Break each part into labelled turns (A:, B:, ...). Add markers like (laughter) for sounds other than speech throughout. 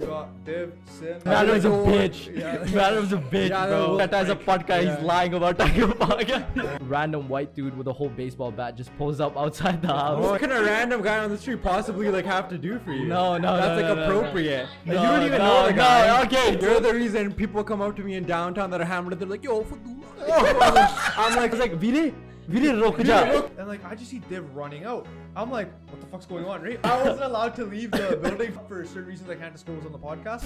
A: got Dib, Sim.
B: Madam's a (laughs) bitch.
A: Yeah.
B: Madam's a bitch,
A: Yeah,
B: bro.
A: that
B: That guy's a
A: was-
B: podcast. He's
A: yeah.
B: lying about Tiger (laughs) Park. Random white dude with a whole baseball bat just pulls up outside the house.
A: What can a random guy on the street possibly like have to do for you?
B: No, no,
A: that's
B: no,
A: like
B: no, no,
A: appropriate.
B: no.
A: Like, you
B: No,
A: don't even
B: no,
A: know the
B: no,
A: guy.
B: okay,
A: you're
B: dude.
A: the reason people come up to me in downtown that are hammered. They're like, "Yo, Fadula." I'm like,
B: I was like, Vire, (laughs) Vire, rok
A: Yeah,
B: ja.
A: look.
C: And like I just see Div running out. I'm like, what the fuck's going on, right? I wasn't allowed to leave the building for certain reasons I can't disclose on the podcast.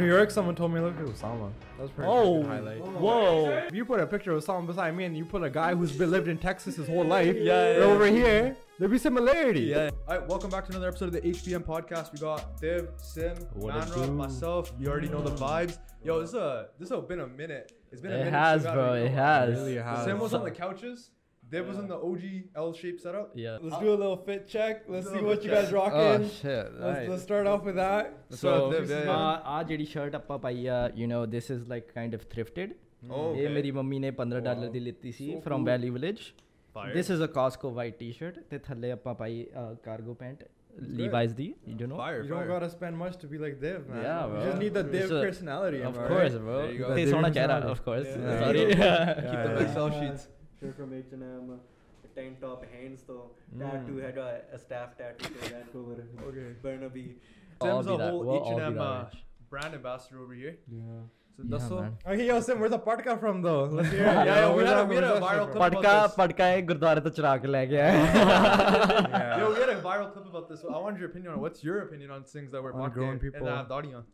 C: New York, someone told me look at Osama. That was pretty oh.
B: Oh,
C: highlight.
B: whoa.
A: If you put a picture of Osama beside me and you put a guy who's been lived in Texas his whole life
B: Yeah, yeah,
A: over here, there'd be similarity.
B: Yeah.
C: Alright, welcome back to another episode of the HBM podcast. We got Div, Sim,
B: What a
C: Manra,
B: do.
C: myself. You already know the vibes. Yo, this is a this has been a minute. It's been a
B: It
C: minute.
B: has,
C: since we got
B: bro.
C: a
B: It
C: record.
B: has.
A: Really has.
C: Sim was on the couches. Div was in the OG L shaped setup.
B: Yeah.
A: Let's do a little fit check. Let's see
C: little
A: what
C: fit
A: you
C: check.
A: guys rock
B: Oh,
A: in.
B: shit.
A: Let's, let's start off with that.
B: So,
C: Div, yeah, yeah.
B: uh, आज ਜਿਹੜੀ shirt ਆਪਾਂ ਪਾਈ ਆ you know this is like kind of thrifted
C: Oh,
B: ਇਹ
C: okay.
B: ਮੇਰੀ mummy ਨੇ 15
C: Wow.
B: Dollar ਦੀ ਲਿੱਤੀ ਸੀ
C: So
B: from
C: cool.
B: Valley Village
C: Fire.
B: this is a Costco white t-shirt ਤੇ ਥੱਲੇ ਆਪਾਂ ਪਾਈ uh, cargo pant Levi's the you don't know
C: Fire,
A: You
C: fire.
A: don't gotta spend much to be like Div, man.
B: Yeah,
A: You just
B: bro.
A: need the Div
B: It's a-
A: personality. am
B: Of
A: I right?
B: course, bro.
C: There you go.
B: They
A: David
B: saw
A: Gonzalez.
B: of course.
C: Yeah. Yeah.
B: Sorry. (laughs)
C: Keep the
A: Yeah,
C: back
A: yeah.
C: Excel sheets.
D: shirt from H&M, a tank top, Hanes though, tattoo, had a, a staff tattoo for Vancouver,
C: Okay.
D: Burnaby.
B: We'll all
C: Sim's a
B: be that-
C: whole
B: we'll all be
C: H&M
B: that
C: uh,
B: rich.
C: brand ambassador over here.
D: Yeah.
C: So that's all. (laughs)
B: man.
A: Okay, yo, Sim, where's the parka from though? Let's hear it.
C: Yeah, (laughs) yeah, we
A: where's
C: had a-
A: that-
C: we had a
A: where's that
C: viral
A: from?
C: clip.
B: ਪਟਕਾ
C: about this.
B: ਪਟਕਾ ਇਹ ਗੁਰਦੁਆਰੇ ਤੋਂ ਚੁਰਾ ਕੇ ਲੈ ਕੇ
C: (laughs)
B: (laughs) ਆਇਆ
A: Yeah.
C: Yo, we had a viral clip about this. I wanted your opinion on what's your opinion on things that were
A: On grown
C: popular and
A: people.
C: that have Dottie on.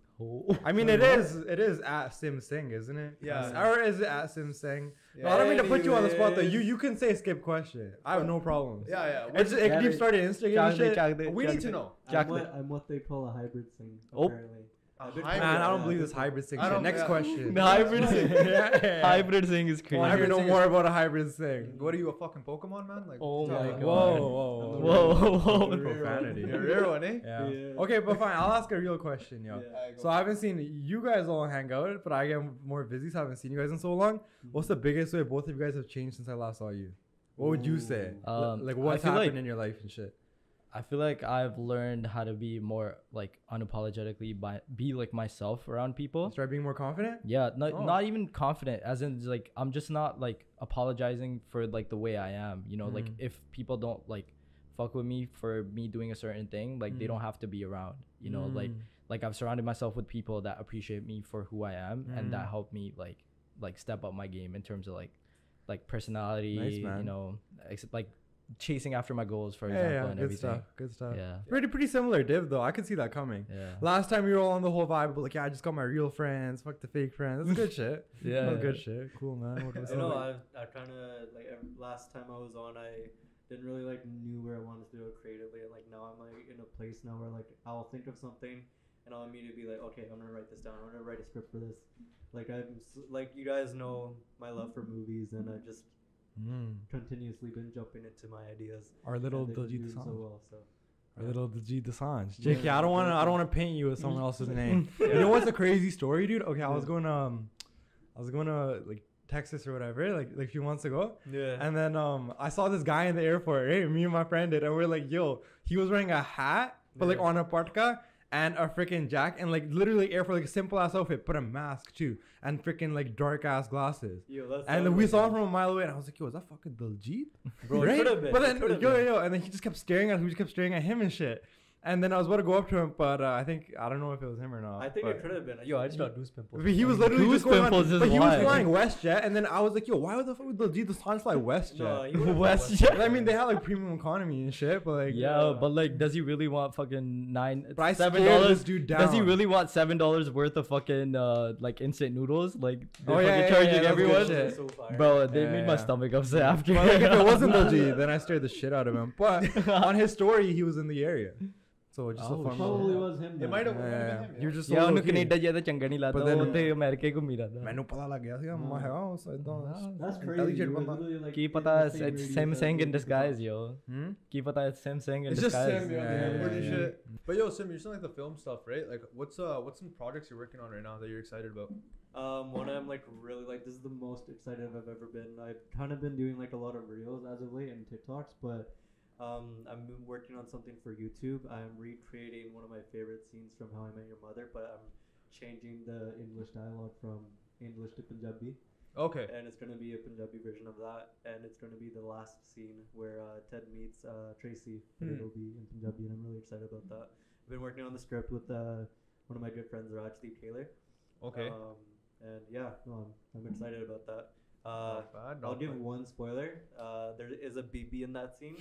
A: I mean, it is it is at Sim Singh, isn't it?
C: Yeah.
A: Yes. Or is it at Sim Singh?
C: Yeah.
A: No, I don't mean to put you on the spot though. You
D: Anyways.
A: you can say skip question. I have no problems.
C: Yeah, yeah.
A: It's just, it
B: Yeah,
A: can
B: they-
A: started Instagram
B: Chuck
A: and
B: they-
A: shit.
B: Chuck they-
C: We
B: Chuck
C: need to
B: they-
C: know.
B: Chuck
D: I'm what,
B: they-
D: I'm what they call a hybrid thing,
B: Oh.
D: apparently.
C: A
D: Hybrid
C: hybrid.
A: Man, I
D: Yeah,
A: don't believe
D: I
A: this
D: think-
A: hybrid Sing
C: I
A: shit.
C: don't-
A: Next
C: yeah. (laughs)
A: question.
B: The hybrid thing.
A: Yeah, yeah.
B: Hybrid thing is
A: I
C: Oh,
B: crazy.
A: never know more about a hybrid thing.
C: What are you, a fucking Pokemon man? Like, (laughs)
B: Oh my
D: Whoa,
B: god.
A: whoa,
B: Whoa, whoa, (laughs)
A: The
B: whoa.
A: Profanity.
C: You're a rare one, eh?
A: Yeah.
D: Yeah.
A: Okay, but fine. I'll ask a real question, yo.
D: Yeah.
A: So I haven't seen you guys all hang out, but I get more busy, so I haven't seen you guys in so long.
B: Mm-hmm.
A: What's the biggest way both of you guys have changed since I last saw you? What would you say?
B: Ooh. Um,
A: like
B: I
A: what's
B: feel
A: happened
B: like-
A: in your life and shit?
B: I feel like I've learned how to be more like unapologetically by be like myself around people.
A: Start being more confident.
B: Yeah, not
A: Oh.
B: not even confident as in like I'm just not like apologizing for like the way I am, you know, like
A: Mm.
B: if people don't like fuck with me for me doing a certain thing, like they
A: Mm.
B: don't have to be around, you know, like
A: Mm.
B: like I've surrounded myself with people that appreciate me for who I am and that
A: Mm.
B: helped me like like step up my game in terms of like like personality, you
A: man.
B: know, except like chasing after my goals for
A: Yeah,
B: example
A: yeah,
B: and
A: good
B: everything.
A: stuff. Good stuff.
B: Yeah.
A: Pretty pretty similar, Div though. I could see that coming.
B: Yeah.
A: Last time you were all on the whole vibe, but like, yeah, I just got my real friends. Fuck the fake friends. That's good
D: (laughs)
A: shit.
B: Yeah.
A: That's good shit. Cool man. What was
D: You know,
A: up?
D: I'm, I'm trying to, like, ev- last time I was on, I didn't really, like, knew where I wanted to do it creatively. And, like, now I'm, like, in a place now where, like, I'll think of something and I'll immediately be like, okay, I'm going to write this down. I'm going to write a script for this. Like, I'm, s- like, you guys know my love for movies and I just
A: Mm.
D: continuously been jumping into my ideas.
A: Our little
D: and they've been
A: Diljit
D: doing so
A: Dosanjh.
D: well, so.
A: Our little Diljit Dosanjh.
D: Yeah.
A: JK, I don't want to. I don't want to paint you with
D: (laughs)
A: someone else's name. You know what's a crazy story, dude? Okay, I was
D: Yeah.
A: going um, I was going to like Texas or whatever, like like a few months ago,
D: Yeah.
A: and then um, I saw this guy in the airport. Right, me and my friend did, and we are like, yo, he was wearing a hat, but like
D: Yeah.
A: on a parka. And a freaking jack, and like literally airport, like simple ass outfit, but a mask too, and freaking like dark ass glasses.
D: Yo, that's
A: And
D: not
A: we
D: like
A: saw
D: it.
A: him from a mile away, and I was like, "Yo, is that fucking Diljit?"
D: Bro, it
A: right?
D: could've been,
A: but
D: it
A: then yo,
D: could've
A: yo,
D: been.
A: yo, and then he just kept staring at, we just kept staring at him and shit. And then I was about to go up to him, but uh, I think I don't know if it was him or not.
D: I think
A: but,
D: it could have been.
B: Yo, I just got goose pimples.
A: But he was literally
B: Goose
A: just going
B: pimples
A: on,
B: is
A: but he was
B: wild.
A: flying WestJet, and then I was like, "Yo, why would the fuck would Diljit the Sun
D: (laughs)
A: fly WestJet?"
D: No, he would've been
B: West.
D: West.
A: I mean, they had like premium economy and shit, but like, uh,
B: Yeah, but like, does he really want fucking nine,
A: But I
B: seven
A: scared
B: dollars?
A: this dude
B: Does he
A: down.
B: really want seven dollars worth of fucking uh like instant noodles? Like they're
A: Oh,
B: fucking
A: yeah, yeah, yeah,
B: charging
A: yeah, that's good
B: everyone.
A: shit.
D: So far.
B: Bro, they
A: Yeah,
B: made my
A: yeah.
B: stomach upset after.
A: But, like, if it wasn't
B: (laughs)
A: Diljit, then I stared the shit out of him. But on his story, he was in the area, so just
B: Oh,
A: a fun.
D: probably
A: little-
D: was him.
C: It might have
A: Yeah,
C: been
A: yeah.
C: him.
A: You were just so
B: ਯਾ ਉਹਨੂੰ
A: low-key.
B: Canada ਜਿਆਦਾ ਚੰਗਾ ਨਹੀਂ
A: But
B: ਲੱਗਦਾ
A: then-
B: ਉਹ ਤੇ America ਹੀ ਘੁੰਮੀ ਰਹਿੰਦਾ
A: ਮੈਨੂੰ ਪਤਾ ਲੱਗ ਗਿਆ ਸੀ
B: Mm.
A: ਮੈਂ ਹੈਗਾ ਉਸ ਇਦਾਂ
D: That's crazy. He was literally, like,
B: ਕੀ
D: in
B: ਪਤਾ
D: the
B: it's
D: same radius
B: Sam
D: as
B: Singh
D: me.
B: In disguise yo
A: ਹੂੰ
B: ਕੀ ਪਤਾ it's Sam Singh in
C: It's just
B: disguise
C: Sim, yeah,
A: Yeah,
C: yeah,
A: yeah,
C: yeah,
A: yeah.
C: shit. But yo, Sim, you're still like the film stuff, right? Like, what's uh, what's some projects you're working on right now that you're excited about?
D: Um, one I'm like really like this is the most excited I've ever been. I've kind of been doing like a lot of reels as of late and TikToks, but Um, I'm working on something for YouTube. I'm recreating one of my favorite scenes from How I Met Your Mother, but I'm changing the English dialogue from English to Punjabi
C: Okay.
D: and it's going to be a Punjabi version of that, and it's going to be the last scene where uh, Ted meets uh, Tracy, but
C: Hmm.
D: it'll be in Punjabi, and I'm really excited about that. I've been working on the script with uh, one of my good friends, Rajdeep Taylor.
C: Okay.
A: Uh,
D: Um, and yeah, no, I'm, I'm excited about that. Uh,
C: Not bad, not
D: I'll give
C: bad.
D: one spoiler. Uh, there is a BB in that scene.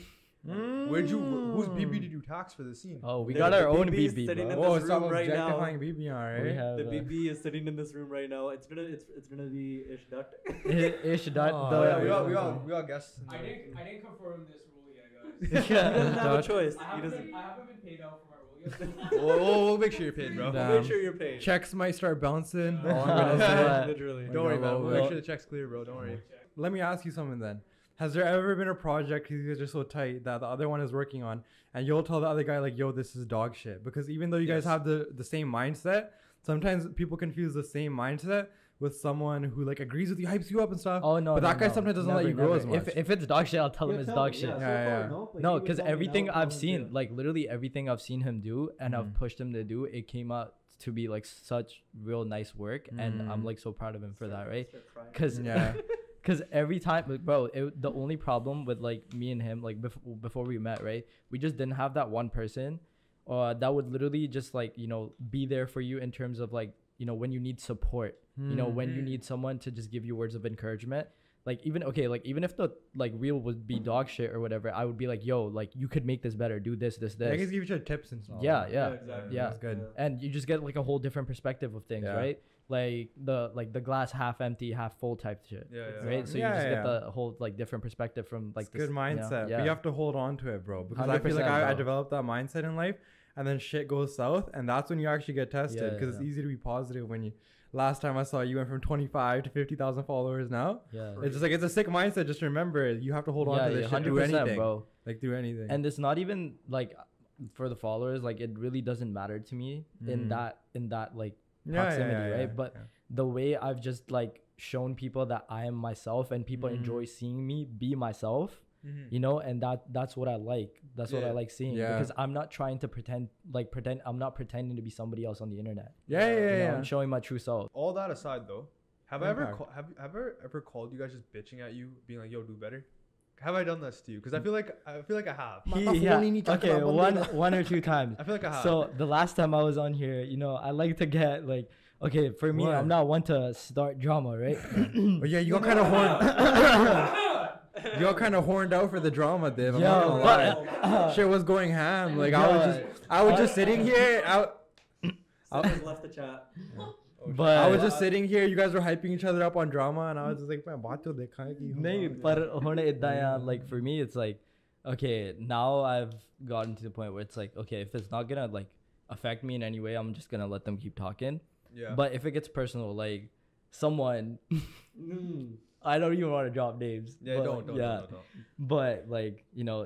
B: Mm.
C: Where'd you? wh- Whose BB did you tax for the scene?
B: Oh, we
D: There-
B: got
D: the
B: our own
D: BB is
B: BB,
D: sitting
B: bro.
D: in
A: Oh,
D: this
A: stop
D: room right now.
A: objectifying BB, all
B: We
A: right?
B: have
D: The
B: uh,
D: BB is sitting in this room right now. It's gonna, it's, it's gonna be Ish (laughs) Dutt.
B: I- uh, (laughs) Ish Dot.
A: Oh,
C: Oh
B: the-
C: yeah, we
A: yeah,
C: all
A: yeah,
C: we
A: yeah.
C: all we all guessed.
E: I didn't, I didn't confirm this rule yet, guys.
B: Yeah,
D: he doesn't
B: (laughs)
A: (laughs)
D: have a
B: Dutt.
D: choice.
E: I
D: He
E: haven't,
D: doesn't.
E: been, I haven't been paid out for my rule yet.
C: Whoa, whoa, whoa, make sure you're paid, (laughs) bro.
A: Nah.
D: Make
A: Damn.
D: sure you're paid. (laughs)
A: Checks might start bouncing.
B: Oh,
E: Yeah.
A: All I'm gonna (laughs) say-
B: Yeah.
D: Literally.
A: Like,
C: Don't worry,
A: I'll-
C: man.
A: I'll-
C: We'll make sure the check's clear, bro. Don't worry.
A: Let me ask you something then. Has there ever been a project 'cause you guys are so tight that the other one is working on, and you'll tell the other guy like, "Yo, this is dog shit"? Because even though you
C: Yes.
A: guys have the the same mindset, sometimes people confuse the same mindset with someone who like agrees with you, hypes you up and stuff.
B: Oh no,
A: But
B: no,
A: that guy
B: no.
A: sometimes doesn't
B: Never,
A: let you grow
B: never.
A: as much.
B: If, if it's dog shit, I'll tell him
D: Yeah,
B: it's
D: tell
B: dog
D: me,
B: shit.
D: yeah, so
A: Yeah,
D: far,
A: yeah.
D: no, but
B: No,
D: he would
B: because
D: tell me, and I
B: everything
D: would
B: I've
D: tell him
B: seen,
D: too.
B: like literally everything I've seen him do and I've
A: Mhm.
B: pushed him to do, it came out to be like such real nice work, and I'm
A: Mm.
B: like so proud of him for that, right?
D: Start crying.
B: Because
A: yeah,
B: Cause every time, like, bro, it, the only problem with like me and him, like bef- before we met, right? We just didn't have that one person, uh, that would literally just like you know be there for you in terms of like you know when you need support, (laughs) you
A: Hmm.
B: know when
A: Mm-hmm.
B: you
C: Mhm.
B: need someone to just give you words of encouragement. Like even okay, like even if the like reel would be dog shit or whatever, I would be like, yo, like you could make this better, do this, this,
A: I guess
B: this.
A: give each other tips and stuff.
B: Yeah, yeah.
D: exactly.
B: Yeah.
A: That's good.
B: and you just get like a whole different perspective of things,
A: Yeah.
B: right? Like the like the glass half empty, half full type shit
C: Yeah, yeah.
B: right? So you
A: Yeah,
B: just
A: yeah.
B: get the whole like different perspective from like
A: It's good mindset.
B: Yeah,
A: But you
B: yeah.
A: have to hold on to it, bro. Because I feel like I, I
B: 100%, bro.
A: developed that mindset in life, and then shit goes south, and that's when you actually get tested.
B: Yeah,
A: Because it's
B: yeah.
A: easy to be positive when you. Last time I saw you went from 25 to 50,000 followers. Now
B: yeah.
A: it's just like it's a sick mindset. Just remember, it. you have to hold on
B: yeah,
A: to
B: yeah,
A: this shit. Do
B: 100%,
A: anything,
B: bro.
A: like do anything.
B: And it's not even like for the followers, like it really doesn't matter to me in
A: Mhm.
B: that in that like
A: Yeah, yeah,
B: proximity,
A: yeah,
B: right?
A: yeah,
B: But
A: yeah.
B: the way I've just like shown people that I am myself and people
A: Mm-hmm.
B: enjoy seeing me be myself, you know, and that that's what I like. That's what I
C: Yeah.
B: like seeing
A: Yeah.
B: because I'm not trying to pretend like pretend I'm not pretending to be somebody else on the internet.
A: yeah, yeah,
B: You know,
A: yeah.
B: I'm showing my true self.
C: All that aside, though, have I ever
A: Impact.
C: call, have have I ever called you guys just bitching at you, being like, "Yo, do better"? Have I done this to you? Because I feel like I feel like I have.
B: He- (laughs) yeah. Okay, one one or two times.
C: I feel like I have.
B: So the last time I was on here, you know, I like to get like, okay, for me, I'm
A: What?
B: not one to start drama,
C: (clears throat)
B: right?
A: Oh, yeah, you got kind of horned. (laughs) you got kind of horned out for the drama, Div. I'm not
B: Yo,
A: gonna lie.
B: but,
A: shit was going ham. Like I was
B: Yo.
A: just, I was just sitting here. I,
D: Someone's left the chat.
B: (laughs) but
A: I was just sitting here. You guys were hyping each other up on drama, and I was just like, man, bato dekha ki hum
B: नहीं
A: aage."
B: पर होने इतना यार
C: Mm.
B: like for me it's like okay now I've gotten to the point where it's like okay if it's not gonna like affect me in any way I'm just gonna let them keep talking
C: yeah.
B: but if it gets personal like someone (laughs)
D: Mm.
B: I don't even want to drop names
C: yeah,
B: but,
C: don't, don't,
B: yeah
C: don't, don't, don't.
B: but like you know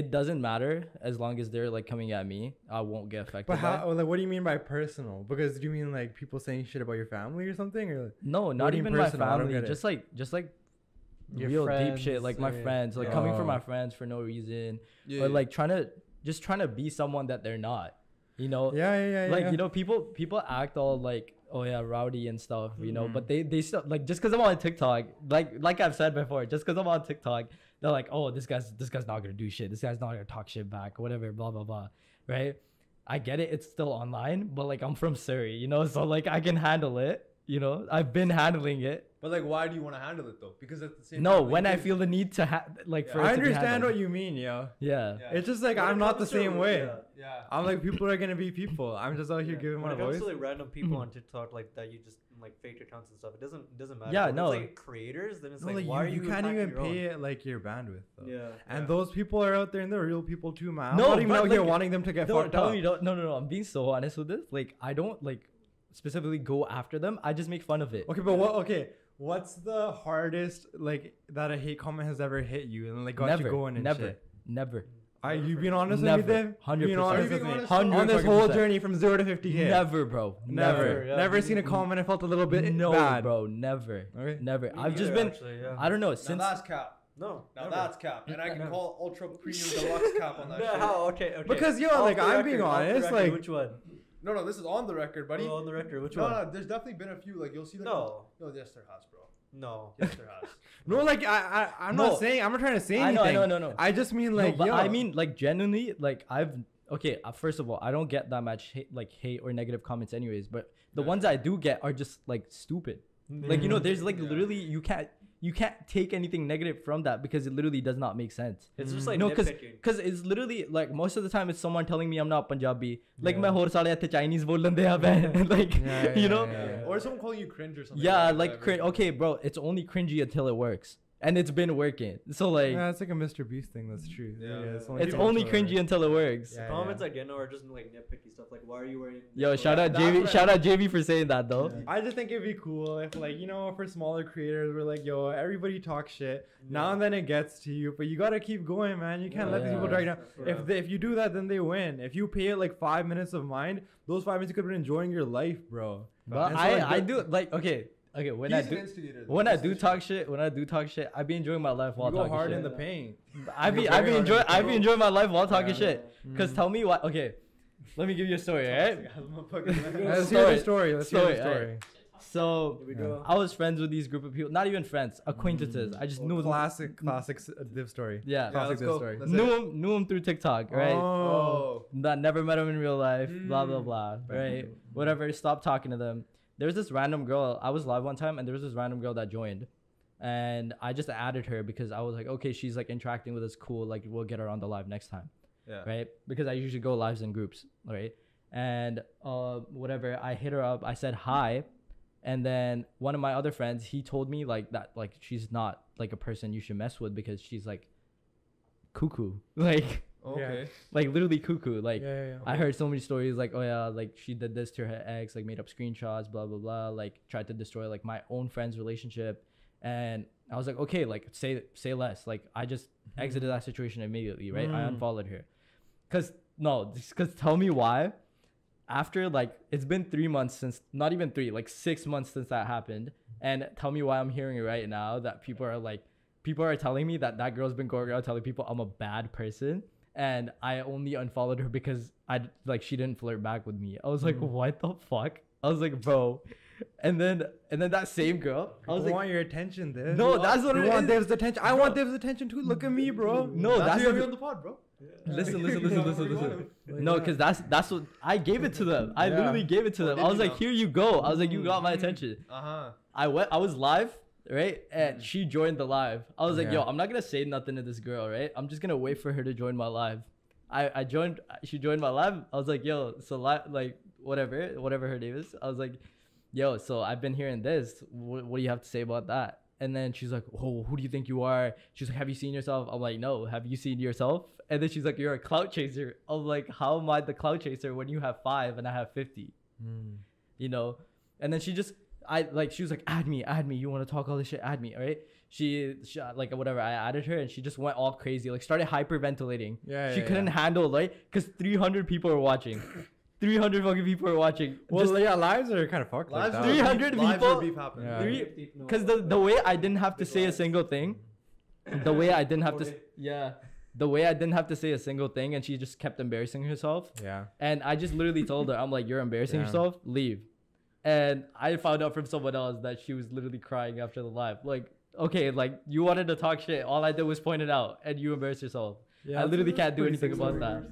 B: it doesn't matter as long as they're like coming at me I won't get affected
A: But
B: by it.
A: how? Like, what do you mean by personal? Because do you mean like people saying shit about your family or something? Or like,
B: No,
A: What
B: not
A: do you mean
B: even my
A: personal? I don't
B: family.
A: get it.
B: Just like just like
E: Your
B: real deep shit.
E: friends,
B: Like my
E: yeah.
B: friends, like coming from
A: Oh.
B: my friends for no reason,
C: Yeah,
B: or
C: yeah.
B: like trying to just trying to be someone that they're not. You know,
A: yeah, yeah, yeah, yeah.
B: like
A: yeah.
B: you know, people people act all like oh yeah, rowdy and stuff. You know, but
A: Mm-hmm.
B: they they still like just because I'm on TikTok, like like I've said before, just because I'm on TikTok, they're like oh this guy's this guy's not gonna do shit. This guy's not gonna talk shit back. Whatever, blah blah blah. Right. I get it, it's still online, but like I'm from Surrey, you know, so like I can handle it. You know, I've been handling it.
C: But like, why do you want to handle it though? Because at the same
B: No,
C: time, like,
B: when I
C: you-
B: feel the need to have, like,
C: Yeah.
B: for it
A: I
B: to be
A: understand what
B: handled.
A: you mean, yo.
B: Yeah.
C: Yeah.
A: It's just like
D: When it
A: I'm not the
D: comes to-
A: same way.
D: yeah,
C: yeah.
A: I'm like people are gonna be people. I'm just out here
D: yeah.
A: giving
D: when
A: my
D: it comes
A: voice.
D: to like random people on TikTok like that, you just like fake accounts and stuff. It doesn't it doesn't matter.
B: Yeah,
D: When
B: no.
D: It's, like creators, then it's
A: no,
D: like,
A: like,
D: why
A: you,
D: are
A: you can't
D: attacking
A: even
D: your own?
A: pay it like your bandwidth. Though.
D: Yeah.
A: And
C: Yeah.
A: those people are out there, and they're real people too, man. I'm
B: No,
A: not even
B: but,
A: out here
B: like,
A: wanting them to get
B: No,
A: fucked
B: tell
A: up.
B: me, you don't- no, no, no. I'm being so honest with this. Like, I don't, like, specifically go after them. I just make fun of it.
A: Okay, but what? Okay, what's the hardest like that a hate comment has ever hit you and like got
B: never.
A: you going and
B: never.
A: shit?
B: Never.
A: Are you being honest
B: Never.
A: with me, Dev? You being
B: 100%.
A: honest
C: Are you
A: with
C: being
A: me?
C: honest?
A: On this
B: 100%.
A: whole journey from zero to fifty k.
B: Never, bro.
A: never,
B: Never.
D: yeah.
A: Never seen a comment I felt a little bit
B: No,
A: bad.
B: bro. Never.
A: Okay.
B: Never.
D: Me
B: I've just
D: neither,
B: been,
D: actually, yeah.
B: I don't know,
C: Now
B: since.
C: that's cap.
D: No.
C: Now
D: never.
C: that's cap, and I can
D: Never.
C: call ultra premium deluxe cap
D: (laughs)
C: on that.
D: No,
C: shit.
D: how? Okay, okay.
A: Because, yo,
D: Off
A: like,
D: the
A: I'm being
D: record, off the
A: honest,
D: record,
A: like-
D: which one?
C: No, no, this is on the record, buddy.
D: Well, on the record, which
C: no,
D: one?
C: no, there's definitely been a few. Like you'll see, like
D: No.
C: no, yes, there has, bro.
D: No.
C: Yes, there
B: (laughs)
C: has.
A: No, like I, I I'm
B: No.
A: not saying I'm not trying to say
B: I
A: anything.
B: know, I know, no, no.
A: I just mean
B: No,
A: like,
B: but
A: yo,
B: I mean, like, genuinely, like, I've okay. Uh, first of all, I don't get that much hate, like hate or negative comments, anyways. But the ones I do get are just like stupid. Like you know, there's like
C: Yeah.
B: literally you can't you can't take anything negative from that because it literally does not make sense.
D: It's just like
B: no, cause,
D: nitpicking.
B: cause it's literally like most of the time it's someone telling me I'm not Punjabi. Like
A: Yeah.
B: my whole sale the Chinese bol lande hai bhai." (laughs) like
A: Yeah,
B: you
A: yeah,
B: know,
A: yeah,
C: Or someone calling you cringe or something.
B: yeah, like
C: whatever.
B: cringe. Okay, bro, it's only cringy until it works, and it's been working. So like,
A: yeah, it's like a Mr. Beast thing. That's true.
C: Yeah.
B: it's
A: people
B: only
A: that's what-
B: cringy until it works.
A: Yeah,
D: Comments
A: yeah.
D: I get now are just like nitpicky stuff. Like, why are you wearing?
B: Yo,
D: this
B: shout
D: or
B: out
C: that's
B: JV,
C: what I-
B: shout out JV for saying that though.
C: Yeah.
A: I just think it'd be cool if, like, you know, for smaller creators, we're like, yo, everybody talks shit. Now
D: Yeah.
A: and then it gets to you, but you gotta keep going, man. You can't let these people
B: Yeah.
A: drag you down. If they, if you do that, then they win. If you pay it like five minutes of mind, those five minutes you could have been enjoying your life, bro.
B: But
A: And so,
B: I,
A: like,
B: I
A: that-
B: do like okay, okay. When
C: He's
B: I
C: an
B: do,
C: instigator.
B: when I
C: He's
B: do
C: an
B: talk shit, when I do talk shit, I be enjoying my life while
A: You go
B: talking
A: hard
B: shit.
A: in the paint.
B: I
A: You're
B: be I be
A: very hard in
B: enjoy
A: the
B: I be
A: paint.
B: enjoying my life whill talking
D: Yeah.
B: shit.
A: Mm.
B: Cause tell me why. Okay, let me give you a story,
A: (laughs)
B: right? (laughs)
A: Let's hear
B: Story.
A: the story. Let's hear
B: Story,
A: the story.
B: So
D: Here we
A: Yeah.
D: go.
B: I was friends with these group of people, not even friends, acquaintances. I just knew them.
A: Classic, classic s- uh, div story.
B: Yeah,
C: Mm. Yeah,
A: Classic
C: let's
A: div
C: go.
A: story.
C: Let's- that's
B: knew
C: it.
B: him, knew him through TikTok, right?
A: Oh.
C: Oh.
B: that never met him in real life, blah blah
A: Mm.
B: blah,
A: Right.
B: right? Whatever. Stop talking to them. There was this random girl. I was live one time, and there was this random girl that joined, and I just added her because I was like, okay, she's like interacting with us, cool. Like we'll get her on the live next time,
C: Yeah.
B: right? Because I usually go lives in groups, right? And uh, whatever. I hit her up. I said hi, and then one of my other friends, he told me like that, like she's not like a person you should mess with because she's like cuckoo, (laughs) like
C: Okay.
B: like literally cuckoo, like.
A: yeah, yeah, yeah.
B: I heard so many stories like, oh yeah, like she did this to her ex, like made up screenshots, blah blah blah, like tried to destroy like my own friend's relationship, and I was like, okay, like say say less, like I just exited that situation immediately, right? I
A: Mm-hmm. Mm.
B: unfollowed her, cause no, just cause tell me why. After like it's been three months since not even three, like six months since that happened, and tell me why I'm hearing it right now that people are like, people are telling me that that girl's been going around telling people I'm a bad person and I only unfollowed her because I d- like she didn't flirt back with me. I was
C: Mm.
B: like, what the fuck? I was like, bro. And then and then that same girl, I
A: I
B: was like,
A: want your attention, Div.
B: No,
A: You want-
B: that's what
A: you
B: it
A: want
B: is.
A: Div's attention. I want Div's attention too. Look at me, bro.
B: no,
C: that's,
B: that's,
C: why
B: what-
C: you're on the pod, bro.
B: listen, (laughs) listen, listen, listen,
C: We want
B: listen.
A: him.
B: No, because that's that's what I gave it to them. I
A: Yeah.
B: literally gave it to
C: Oh,
B: them.
C: did
B: I was
C: you
B: like,
C: now?
B: here you go. I was like, you got my
C: Mm.
B: attention.
C: Uh huh.
B: I went. I was live, right? And she joined the live. I was like, yo,
A: Yeah.
B: I'm not gonna say nothing to this girl, right? I'm just gonna wait for her to join my live. I I joined. She joined my live. I was like, yo, so live, like whatever, whatever her name is. I was like, yo, so I've been hearing this. What, what do you have to say about that? And then she's like, oh, who do you think you are? She's like, have you seen yourself? I'm like, no. Have you seen yourself? And then she's like, you're a clout chaser. I'm like, how am I the clout chaser when you have five and I have fifty?
A: Hmm.
B: you know and then she just i like she was like add me add me you want to talk all this shit add me all right she, she uh, like whatever i added her and she just went all crazy like started hyperventilating
A: Yeah,
B: she
A: yeah,
B: couldn't handle right because 300 people were watching
A: (laughs)
B: 300 fucking people were watching
A: Well,
B: just
A: yeah, lives are kind of fucked.
C: Lives
A: like
C: are
A: that.
C: beef-
B: 300
C: lives are
B: people-
C: beef happening.
A: Yeah.
B: three- because the, the way i didn't have to say a single thing the way i didn't have to s- yeah the way i didn't have to say a single thing and she just kept embarrassing herself
A: Yeah.
B: And I just literally told her, I'm like, you're embarrassing
A: Yeah.
B: yourself, leave. And I found out from someone else that she was literally crying after the live. Like, okay, like you wanted to talk shit. All I did was point it out, and you embarrassed yourself. I literally can't do anything about that.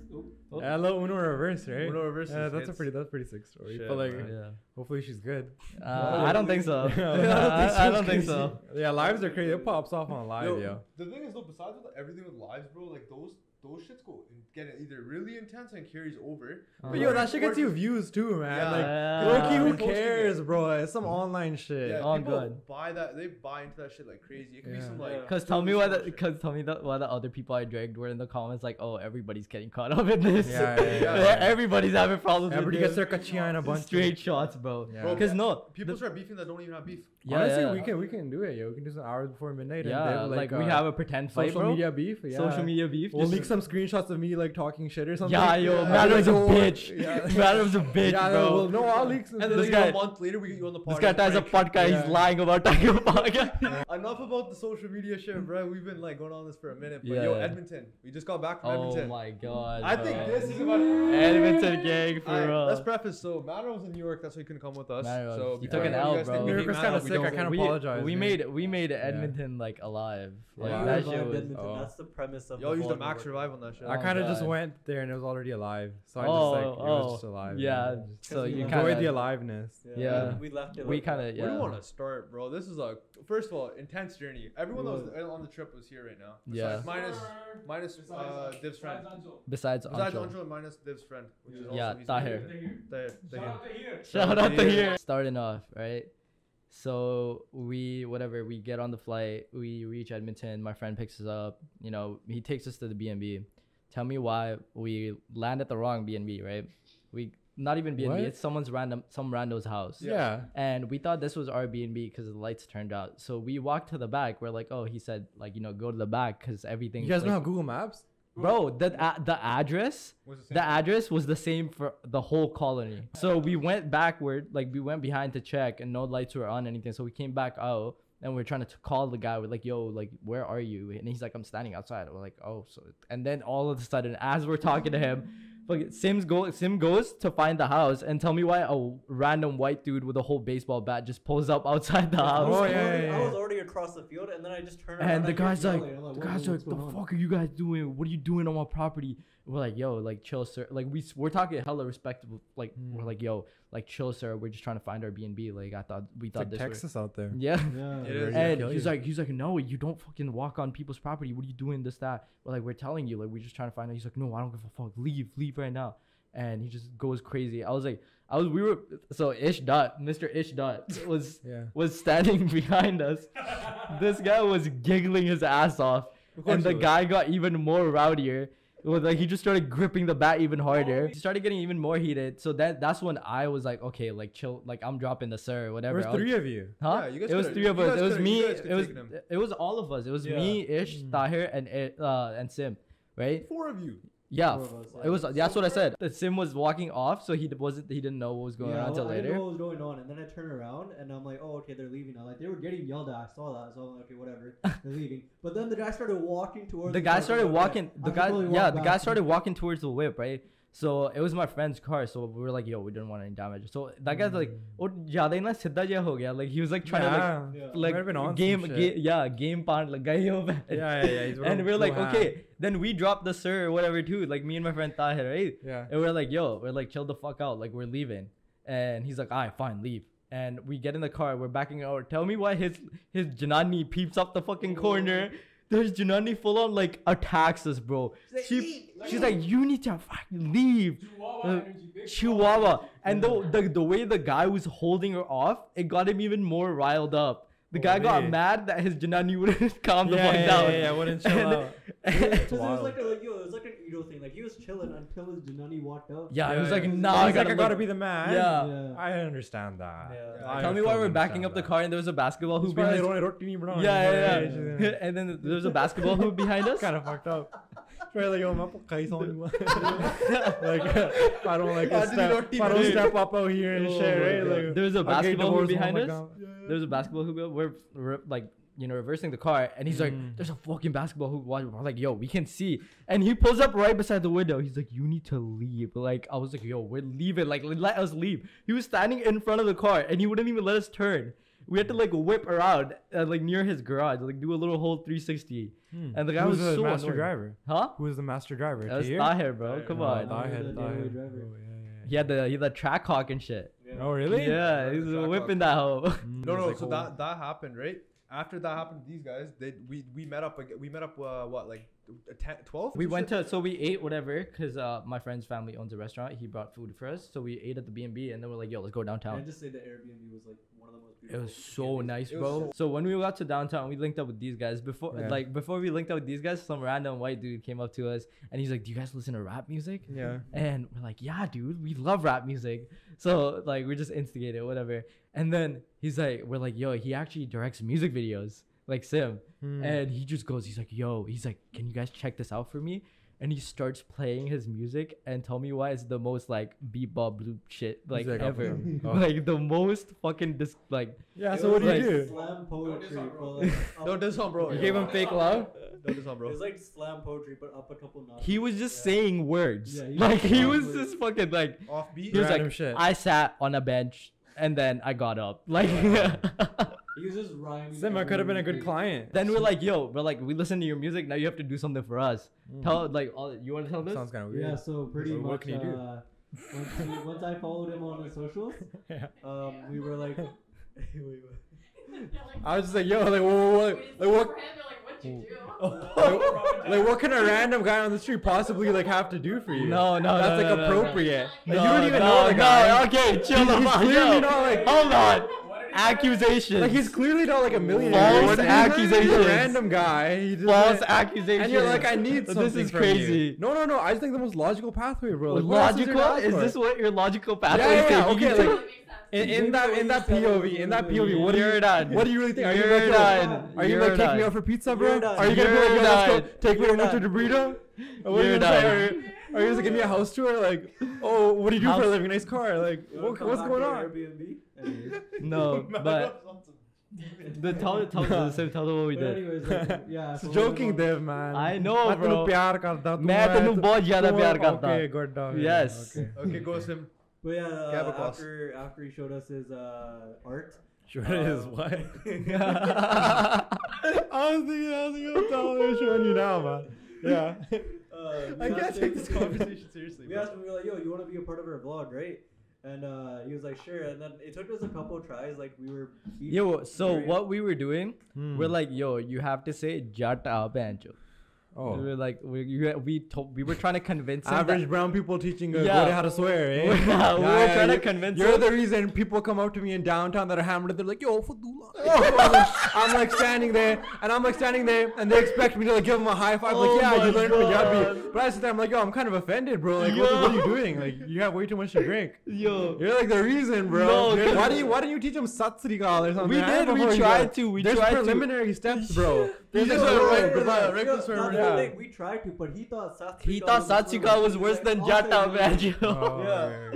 B: Oh.
A: Yeah, little Uno reverse, right?
C: Uno reverse
A: Yeah,
C: is
A: that's a
C: hits.
A: pretty, that's a pretty sick story.
C: Shit,
A: but like,
C: man.
B: Yeah.
A: hopefully she's
B: (laughs)
A: good. (laughs)
B: Uh, I don't think so. (laughs)
A: Yeah,
B: I I don't think so.
A: Yeah, lives are crazy. It pops off on live, yo.
C: The thing is, though, besides with everything with lives, bro, like those those shits go and get either really intense and carries over.
B: Oh,
A: But yo,
C: or-
A: that shit gets
C: or-
A: you views too, man.
B: Yeah.
A: Like, low key,
B: Yeah.
A: who
C: Posting it.
A: cares, bro? It's some online shit.
C: Yeah,
B: Oh,
C: people
B: God.
C: buy that. They buy into that shit like crazy. It could be
A: Yeah.
C: some like.
B: Cause tell me why the
C: bullshit.
B: cause tell me that why the other people I dragged were in the comments like, oh, everybody's getting caught up in this.
A: Yeah, yeah,
C: yeah, yeah.
B: (laughs) everybody's having problems.
A: Everybody
B: with
A: gets their kachia in a bunch.
B: straight shots, bro.
A: Yeah.
C: Bro,
B: Cause no,
C: People
B: the-
C: start beefing that don't even have beef.
B: yeah,
A: Honestly,
B: yeah.
A: we can we can do it, yo. We can do some hours before midnight. and
B: Yeah,
A: then,
B: like, we
A: uh,
B: have a pretend fight,
A: social
B: bro.
A: media beef. Yeah.
B: Social media beef.
A: We'll
B: just
A: leak some screenshots of me like talking shit or something.
B: Yeah, yo,
A: And
B: Matt
A: (laughs) then
B: was a
A: go-
B: bitch.
A: Yeah.
B: Matt was a (laughs) bitch,
A: Yeah,
B: bro.
A: well, no, I'll leak some.
C: And then
B: This
C: like,
B: guy-
C: a month later, we get you on the
B: this
C: podcast.
B: guy ties a podcast.
A: Yeah.
B: He's lying about Tiger
A: (laughs)
B: (laughs) podcast.
C: Enough about the social media shit, bro. We've been like going on this for a minute. But yo,
B: Yeah.
C: Edmonton, we just got back from
B: oh
C: Edmonton.
B: my god.
C: I think
B: bro.
C: this
B: (laughs)
C: is about.
B: Edmonton gang for
C: Alright,
B: real.
C: let's preface. So Matter was in New York, that's why he couldn't come with us.
B: Matter was-
C: so
B: he
C: before
B: took an
C: you
B: L,
C: guys
B: bro.
C: think we
B: New
C: hate
A: York was kinda
C: Matter, we
A: sick, I
C: don't.
A: kinda
B: we,
A: apologize,
B: We
A: man.
B: made we made Edmonton like alive. Like
A: Yeah.
B: that
D: You
B: shit
D: revived
B: was.
D: Edmonton.
A: oh.
D: That's the premise of.
C: Y'all
D: the
C: used a
D: vlog
C: max
D: we were
C: revive on
D: doing.
C: that shit.
A: I
B: Oh,
A: kind of just
B: God.
A: went there and it was already alive, so I
B: oh,
A: just like it was
B: oh,
A: just alive.
B: Yeah. So
D: Just
B: you
D: enjoy
A: enjoyed
B: kind
A: the
B: of
A: aliveness.
B: Yeah.
D: We left it.
B: we
D: like that.
B: kind of
C: Where do
B: yeah.
C: we want to start, bro? This is a first of all intense journey. Everyone that was on the trip was here right now.
B: (coughs) Yeah.
C: Besides, minus minus uh, Div's friend.
B: Besides,
C: Besides
B: Ancho.
C: Anjo and minus Div's friend, which is
B: Yeah,
C: also he's
B: Tahir.
C: here. Tahir.
E: Shout
C: Tahir.
E: out to here.
B: Shout out to here. Starting off, right? So we whatever we get on the flight, we reach Edmonton. My friend picks us up. You know, he takes us to the B and B. Tell me why we land at the wrong B and B, right? We not even B and B.
A: What?
B: It's someone's random some rando's house.
A: Yeah.
B: And we thought this was our B and B because the lights turned out. So we walked to the back. We're like, oh, he said like you know go to the back because everything.
A: You guys know how
B: like,
A: Google Maps?
B: bro. The a the address
C: Was the same.
B: the address was the same for the whole colony. So we went backward, like we went behind to check, and no lights were on anything. So we came back out, and we are trying to t- call the guy. We're like, "Yo, like, where are you?" And he's like, "I'm standing outside." We're like, "Oh." So and then all of a sudden, as we're talking to him, (laughs) fucking Sims go Sim goes to find the house, and tell me why a random white dude with a whole baseball bat just pulls up (laughs) outside the
D: I
B: house.
D: was
A: Oh, yeah,
D: already-
A: yeah,
D: I
A: yeah.
D: was already across the field, and then I just turned. around
B: And the
D: I hear (laughs)
B: guy's like,
D: yelling. I'm
B: the
D: "What-
B: guy's
D: what's
B: like, the
D: going on?"
B: fuck are you guys doing? What are you doing on my property? We're like, yo, like chill, sir. Like we s- we're talking hella respectable. Like
A: Hmm.
B: we're like, yo, like chill, sir. We're just trying to find our B and B. Like I thought we
A: It's
B: thought
A: like
B: this.
A: Texas out there.
B: Were, (laughs) yeah.
C: It
A: Where
C: is.
A: do you
B: And
A: kill
B: he's
A: you?
B: like, he's like, no, you don't fucking walk on people's property. What are you doing? This that. We're like, we're telling you, like, we're just trying to find out. He's like, no, I don't give a fuck. Leave, leave right now. And he just goes crazy. I was like, I was, we were, so Ish Dot, Mr. Ish Dot was
A: Yeah.
B: was standing (laughs) behind us. This guy was giggling his ass off,
C: course
B: and the
C: he was.
B: guy got even more rowdier. It was like he just started gripping the bat even harder. He started getting even more heated. So that that's when I was like, okay, like chill, like I'm dropping the sir,
A: There
B: whatever.
A: was
B: I'll-
A: three of you.
B: Huh?
C: Yeah, you guys
B: it was
C: could've-
B: three
C: you
B: of us.
C: guys
B: It was
C: could've-
B: me.
C: you guys could've
B: It was Mm.
C: taken him.
B: it was all of us. It was
D: Yeah.
B: me, Ish, Tahir, and I- uh and Sim, right?
C: Four of you.
B: Yeah,
D: Four of us,
B: it
D: yeah.
B: was. That's what I said. The Sim was walking off, so he d- wasn't. He didn't know what was going
D: yeah,
B: on until
D: well, I didn't
B: later.
D: know what was going on, and then I turn around and I'm like, oh, okay, they're leaving now. Like they were getting yelled at. I saw that, so I'm like,
B: (laughs)
D: okay, whatever, they're leaving. But then the guy started walking towards.
B: the
D: me,
B: guy
D: so I was
B: started
D: like, okay,
B: walking. The
D: I
B: guy,
D: slowly
B: yeah,
D: walked
B: the
D: back.
B: guy
D: (laughs)
B: started walking towards the whip, right? So it was my friend's car, so we were like, "Yo, we didn't want any damage." So that guy's like, "Oh, zyada hi na sidda ja ho gaya." Like he was like trying
A: Mm. yeah.
D: Yeah.
B: to like,
A: Might have been
B: like
A: on
B: game,
A: some
B: ga-
A: shit.
B: yeah, game pan lag gayi ho. man.
A: Yeah, yeah, yeah,
B: (laughs)
A: he's
B: and
A: running
B: we're like,
A: full hand.
B: okay, then we dropped the sir or whatever too. Like me and my friend Tahir, right?
A: Yeah.
B: And we're like, yo, we're like, chill the fuck out. Like, we're leaving. And he's like, all right, fine, leave. And we get in the car, we're backing out. Tell me why his his Janani peeps up the fucking corner. There's Janani full on like attacks us, bro.
D: She's like,
B: She,
D: "Leave,
B: she's
D: leave."
B: like, you need to fucking leave.
E: (laughs) Chihuahua
B: Uh,
E: energy, big
B: Chihuahua. And the, the the way the guy was holding her off, it got him even more riled up. The guy got
A: Holy.
B: mad that his Janani (laughs) wouldn't calm the
A: yeah,
B: fuck
A: yeah,
B: down.
A: yeah, yeah, wouldn't chill
B: (laughs) And-
A: out.
D: Because it was
A: Wild.
D: like a like, yo, it was like an Edo thing. Like he was chilling until his Denani walked out.
B: Yeah, it
A: Yeah,
B: was like,
A: yeah.
B: nah,
A: He's like, I gotta
B: look-
A: be the man.
B: Yeah.
D: Yeah.
A: I understand that.
D: Yeah.
A: I
B: Tell me why
A: totally
B: we're backing
A: understand
B: up the
A: that.
B: car and there was a basketball
A: He's
B: hoop
A: probably
B: behind.
A: like, "Don't- don't even run."
B: Yeah, yeah,
D: Yeah,
B: yeah.
D: yeah,
B: and then there was a basketball hoop behind
A: (laughs)
B: us.
C: (laughs)
A: kind of fucked up. Right, like, yo, my po- guys on you. (laughs) like, uh, if I don't like
C: Yeah,
A: a
C: dude,
A: step,
C: don't
A: if I
C: even
A: don't
C: do it.
A: step up out here and
B: Oh
A: shit,
B: my
A: right?
B: God.
A: Like,
B: There was a
A: I'll get
B: basketball hoop
A: divorced, oh
B: behind
A: my
B: us.
A: God.
B: There was a basketball hoop. We're, we're like, you know, reversing the car, and he's like,
A: Mm.
B: "There's a fucking basketball hoop." Why- We're like, "Yo, we can see," and he pulls up right beside the window. He's like, "You need to leave." Like, I was like, "Yo, we're leaving. Like, let us leave." He was standing in front of the car, and he wouldn't even let us turn. We had to like whip around, uh, like near his garage, like do a little whole 360,
A: Hmm.
B: and the guy
A: Who
B: was
A: the
B: so
A: master
B: annoyed.
A: driver?
B: Huh?
A: Who was the master driver? Oh,
B: That was
A: Tahir?
B: Tahir, bro. Come
A: No,
B: on.
D: Tahir.
A: Tahir,
D: The
A: Tahir.
D: daily driver.
A: Oh, yeah, yeah,
B: He had the he had the track hawk and shit.
D: Yeah.
A: Oh, really?
B: Yeah,
C: Yeah,
B: he's
C: the track
B: whipping that hoe.
A: Mm,
C: No,
A: it's
C: no.
A: like,
C: so
A: oh,
C: that that happened, right? After that happened, to these guys, they we we met up. ag- We met up. Uh, what like, a 10, 12?
B: we went to so we ate whatever because uh, my friend's family owns a restaurant. He brought food for us, so we ate at the B and B, and then we're like, "Yo, let's go
D: Can I
B: downtown."
D: just say the Airbnb was like one of the most
B: It
D: beautiful.
B: was so
D: Airbnbs.
B: nice,
C: It
B: bro.
C: was-
B: so when we got to downtown, we linked up with these guys. Before,
A: Yeah.
B: like before we linked up with these guys, some random white dude came up to us and he's like, "Do you guys listen to rap music?"
A: Yeah.
B: And we're like, yeah, dude, we love rap music. So like we just instigate it, whatever. And then he's like, we're like, yo, he actually directs music videos, like Sim.
A: Hmm.
B: And he just goes, he's like, yo, he's like, can you guys check this out for me? and he starts playing his music and tell me why it's the most like bebop bloop shit like
A: like, oh,
B: ever. (laughs)
A: oh.
B: Like the most fucking dis- like
A: Yeah,
D: It
A: so what
D: was
A: do you
B: like-
A: do?
D: Slam poetry.
E: diss on
D: but,
E: bro.
D: like, up-
C: Don't diss on
D: (laughs)
C: bro.
B: You gave him fake love?
C: Don't diss on
D: It
C: bro.
D: was like slam poetry, but up a couple notches.
B: he was just
D: Yeah.
B: saying words.
D: Yeah,
B: (laughs)
D: he
B: like
D: was
B: he
D: saying
B: was
D: words.
B: just fucking like
C: Offbeat.
B: he
C: (laughs)
B: was
A: Random
B: like
A: shit.
B: I sat on a bench and then I got up. (laughs) Like
D: He was just rhyming.
A: Simba could have been a good
D: everything.
A: client.
B: then we're like, yo, we're like we listen to your music, now you have to do something for us.
D: Hmm.
B: Tell like all you wanna tell this?
A: Sounds kind of
D: Yeah,
A: weird.
D: so pretty
A: What
D: much.
A: can you do?
D: uh, once, he- once I followed him on his socials,
A: (laughs) Yeah.
D: um, we were like, (laughs) we were,
A: I was just like, yo, like, whoa, whoa, whoa, like, what,
E: like, what'd you do?
B: (laughs)
A: like, like, what can a random guy on the street possibly like have to do for you?
B: No, no,
A: that's
B: no,
A: like
B: no, no, no.
A: appropriate.
E: No,
A: Like, you don't even
B: no,
A: know the
B: no,
A: guy.
B: okay, chill the
A: he's
B: fuck
A: clearly
B: out.
A: not like-
B: Hold on.
E: What did he
B: Accusations.
A: Like he's clearly not like a millionaire.
B: False
A: What- he's literally just
B: accusations.
A: A random guy. He just
B: false
A: like-
B: accusations.
A: And you're like, I need
B: This
A: something.
B: is
A: from you."
B: crazy.
A: No, no, no. I just think the most logical pathway, bro. Like, what else is there to
B: logical?
A: ask
B: Is
A: for?
B: this what your logical pathway
A: yeah,
B: is
A: yeah,
B: taking
A: okay,
B: you
A: like- (laughs)
B: to?
A: in,
D: Maybe
A: in that
D: the way
A: in
D: you
A: that
D: said it
A: POV?
D: was
A: In that
D: really
A: POV, what do you
B: You're done.
A: What do you really think? Are you
B: You're
A: like, yo,
B: done.
A: Are you
B: You're
A: like take me
B: done.
A: out for pizza, bro?
D: You're done.
A: Are you gonna be
B: You're
A: like, yo, let's go
B: done.
A: take me to
D: You're
A: Winter
D: done.
B: (laughs)
A: Burrito? Or What are you
B: You're
A: gonna say?
B: done.
A: Are you- Are you just gonna give me a house tour? Like, oh, what do you do for a
B: House-
A: living? Nice car. Like,
D: "You wanna
A: what,
D: come
A: what's
D: back
A: going
D: to
A: on?
D: Airbnb. Anyways.
A: (laughs)
B: No, but the tell tell the same tell them what we
D: (laughs) But
B: did.
D: anyways, like, yeah.
A: It's
D: followed him
A: joking,
D: on-
A: Dev, man.
B: I know,
A: मैं तेनू
B: bro.
A: प्यार करता तू
B: मैं तेनू बहुत ज्यादा
A: तू-
B: प्यार करता।
A: Okay, (laughs) good dog.
B: Yes. (laughs)
A: Okay.
C: Okay, go Sim.
D: But yeah,
C: Gabba
D: uh,
C: Goss.
D: after after he showed us his uh, art,
A: Sure
D: Uh,
A: is (laughs)
D: (laughs)
A: what. (laughs) I was thinking, I was thinking, I'm telling you, showing you now, man. Yeah.
D: uh, we
C: I can't
D: asked
C: take
D: him-
C: this conversation (laughs) seriously.
D: We asked him, we were like, "Yo, you want to be a part of our vlog, right?" And uh, he was like, "Sure." And then it took us a couple tries. Like we were. each
B: Yo, so
D: very-
B: what we were doing, we're
A: Hmm.
B: like, yo, you have to say jata banjo.
A: Oh.
B: We were like, we you, we told, we were trying to convince him.
A: Average
B: That,
A: brown people teaching a
B: Yeah.
A: yeah. how to swear, eh?
B: We (laughs) were trying to
A: you-
B: convince
A: You're
B: him.
A: the reason people come up to me in downtown that are hammered. They're like, "Yo,
B: (laughs)
A: Fadula."
B: Oh.
A: I'm like standing there, and I'm like standing there, and they expect me to like give them a high five.
B: Oh
A: like, yeah,
B: my
A: you learned Punjabi.
B: God.
A: But I sit there, I'm like, "Yo, I'm kind of offended, bro. Like, what, the- what are you doing? Like, you have way too much to drink."
B: yo,
A: You're like the reason, bro.
B: No,
A: Dude, why
B: cause-
A: do you why don't you teach them Satsrikal or something?
B: We
A: I
B: did, we
A: before you
B: tried
A: go.
B: to, we
A: There's
B: tried to.
A: preliminary steps,
B: (laughs)
A: bro. There's
C: just
A: no
C: went
A: way,
C: right for
A: bro.
C: the- right
D: No,
C: for the
D: that's the
A: yeah.
D: thing, We tried to, but he thought Satsuka.
B: he thought Satsuka was
D: (laughs)
B: worse than jata banjo.
A: Oh,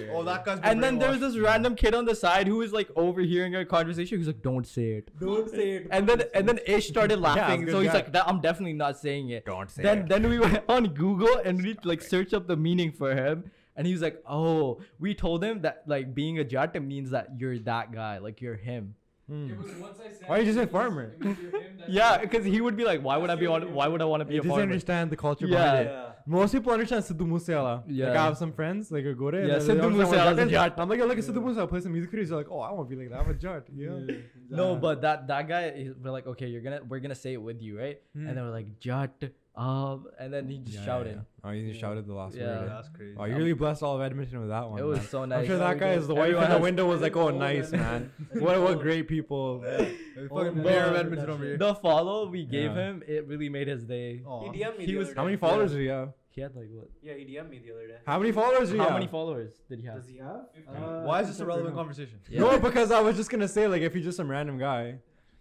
C: Yeah. Oh, that guy's. been
B: (laughs) And then there was
C: brainwashed.
B: this random kid on the side who was like overhearing our conversation. He's like, "Don't say it."
D: Don't say it.
B: And then and then Ish
A: (laughs)
B: started laughing,
A: good
B: so he's
A: guy.
B: like, "That- "I'm definitely not saying it."
A: Don't say
B: then
A: it.
B: then we went (laughs) on Google and we like searched up the meaning for him, and he was like, "Oh, we told him that like being a jata means that you're that guy, like you're him."
E: It was once I said
A: Why you just say
E: it means-
A: farmer?
E: it means you're him, that's
B: (laughs) Yeah,
E: it.
B: because he would be like, "Why would I be on? Why would I want to be a
A: He doesn't
B: farmer?"
A: understand the culture
B: Yeah.
A: behind it.
D: Yeah.
A: Most people understand Sidhu Musiala. Yeah. Like
B: Yeah.
A: I have some friends, like go to
B: Yeah, Sidhu Mooseyala's a jat.
A: I'm like, yo, look at Sidhu Musiala, play some music videos. You're like, oh, I want to be like that. I'm a jat. Yeah.
B: No, but that that guy, he- we're like, okay, you're gonna we're gonna say it with you, right?
A: Hmm.
B: And then we're like, jat, um, and then he just shouted.
A: Oh, you just shouted the last
B: Yeah.
A: word. eh?
C: That's crazy.
A: Oh, you really blessed all of Edmonton with that one.
B: It was
A: man.
B: so
A: I'm
B: nice.
A: sure that guy is the wife
B: Everyone
A: in the
B: has-
A: window was like, oh, nice, man. (laughs) What what great people.
C: Fucking
D: man.
C: mayor of
D: Yeah.
C: Edmonton over here.
B: Oh, The E follow we gave
A: Yeah.
B: him, it really made his day.
C: Aw.
D: He DM'd me.
B: He
D: the
B: was-
D: other
A: How many
D: day.
A: followers do you have?
B: He had like what?
D: Yeah, he DM'd me the other day.
A: How many followers do you
B: How
A: have?
B: many followers did he have?
D: Does he have?
E: Fifteen.
D: Uh,
C: Why is this a
B: (laughs)
D: Instagram.
C: relevant conversation?
B: Yeah.
A: No, because I was just gonna say like if you're just some random guy,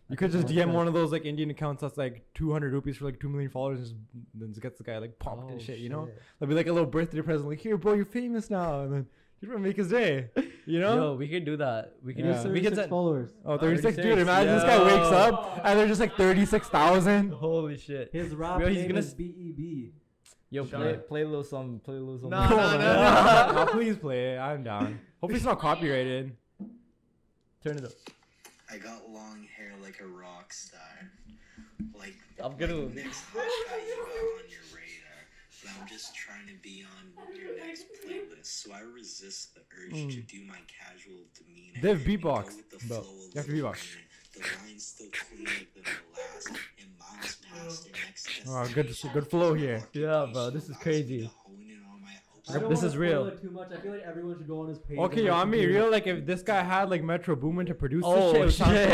A: you could just
B: that's
A: DM
B: nice.
A: one of those like Indian accounts that's like 200 rupees for like two million followers and just, then just gets the guy like pumped and
B: Oh,
A: shit. You know, that'd be like a little birthday present. Like here, bro, you're famous now, and then you're gonna make his day. You know.
B: Yo, we could do that. We could
A: Yeah.
B: do. We could send.
D: followers.
A: Oh, 36, dude!
B: 36,
A: Imagine this guy wakes
B: yo.
A: up and they're just like 36,000.
B: Holy shit.
D: His rap
B: Bro, he's
D: name
B: gonna
D: is E
B: s-
D: B.E.B.
B: Yo,
C: Shut
B: play
C: up.
B: play a little song. Play a little song.
C: Nah, nah, nah.
A: (laughs) Oh, please play it. I'm down. Hopefully it's not (laughs) copyrighted.
B: (laughs) Turn it up.
F: I got long hair like a rock star. Like
B: I'm gonna-
F: like next hot guy you got on your radar. But I'm just trying to be on your next playlist, so I resist the urge to do my casual demeanor.
A: They have
F: and go
A: Mm. beatbox,
F: with the
A: bro.
F: flow a
A: You have to
F: little
A: beatbox.
F: bit. The line's still cleaner than the last, and miles past the next
A: Oh, good,
F: destination.
A: good flow here.
B: Yeah, bro, this is
F: Allows me
B: crazy.
F: to hone in on my hopes
D: I don't
B: This
D: wanna
B: is
D: spoil
B: real.
D: it Too much. I feel like everyone should go on his page.
A: Okay,
D: and
A: yo,
D: look
A: I mean,
D: through-
A: real. Like, if this guy had like Metro Boomin to produce
B: Oh,
A: this shit, it would sound so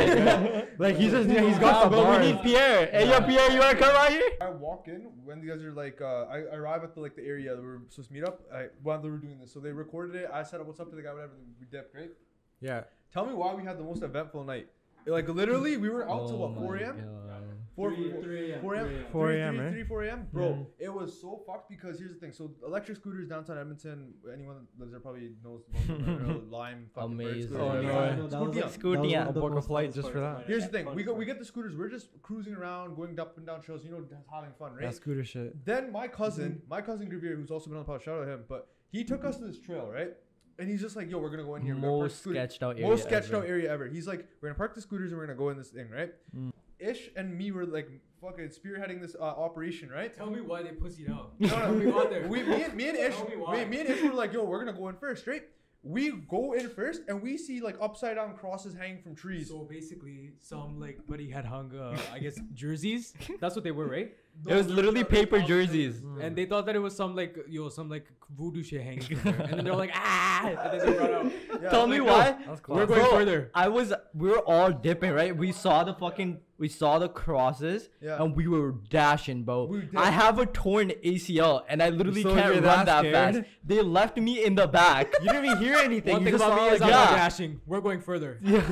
B: shit.
A: good. (laughs) like he's just yeah, he's
B: Nah,
A: got the
B: but
A: bars.
B: we need Pierre. Hey, yo, Pierre, you wanna come out here?
C: I walk in when you guys are like, uh, I I arrive at the like the area that we're supposed to meet up. I, while they were doing this, so they recorded it. I said, "What's up to the guy?" Whatever. We dipped, right?
A: yeah,
C: Tell me why we had the most eventful night. Like literally, we were out till
B: Oh
C: what
B: my
C: 4 a.m.
B: God.
C: 4
D: Three-
C: 4
D: three a.m.
C: 4
D: three
C: a.m.
A: 4
C: 3,
A: a.m.,
D: eh?
C: 3,
A: right?
C: 3, 4 a.m. Bro, it was so fucked because here's the thing. So electric scooters downtown Edmonton. Anyone that lives there probably knows. the one, I
D: (laughs)
C: don't know, Lime. fucking bird
B: Amazing.
C: scooters,
A: Oh,
C: whatever.
A: no way.
D: that was, like,
C: Scoot me up.
B: Scoot
D: that was
B: me
D: one
B: up.
D: of the
A: I'll book a
D: most
A: flight
D: funnest
A: just for
D: parts of
A: that.
D: my
C: Here's the
D: night.
C: thing. We
D: Funnest
C: go. We
D: part.
C: get the scooters. We're just cruising around, going up and down trails. You know, just having fun, right?
A: That scooter shit.
C: Then my cousin,
D: Mhm.
C: my cousin Gravier, who's also been on the pod, shout out to him, but he took us to this trail, right? And he's just like, yo, we're gonna go in here. we're gonna park
B: Most
C: scooters."
B: sketched out area.
C: most sketched
B: ever.
C: out area ever. He's like, we're gonna park the scooters and we're gonna go in this thing, right?
A: Mm.
C: Ish and me were like fucking spearheading this uh, operation, right?
E: Tell me why they pussied
B: (laughs)
E: out.
C: No,
E: we got there.
C: no, we, me, and, me and Ish,
E: Tell me
C: me,
E: why.
C: me and Ish were like, yo, we're gonna go in first, right? We go in first and we see like upside down crosses hanging from trees.
E: So basically, some like buddy had hung, uh, I guess, jerseys. That's what they were, right?
B: It was literally paper jerseys.
E: And they thought that it was some like yo, some like voodoo shit hanging. from there. And then they're like, ah! And then they run out.
C: Yeah,
B: Tell
C: like,
B: me
C: yo,
B: why.
A: That's
E: We're going
B: Bro,
E: further.
B: I was. We were all dipping, right? We saw the fucking. We saw the crosses,
C: Yeah.
B: and we were dashing, bro.
C: We were
B: I have a torn ACL, and I literally
A: So
B: can't
A: you're
B: run
A: that
B: that,
A: scared?
B: fast. They left me in the back.
A: You didn't even hear anything.
E: One
A: you
E: thing
A: just
E: about me
A: saw,
E: is
A: like,
E: I'm
B: yeah.
E: not dashing. We're going further.
C: Yeah, (laughs) yeah.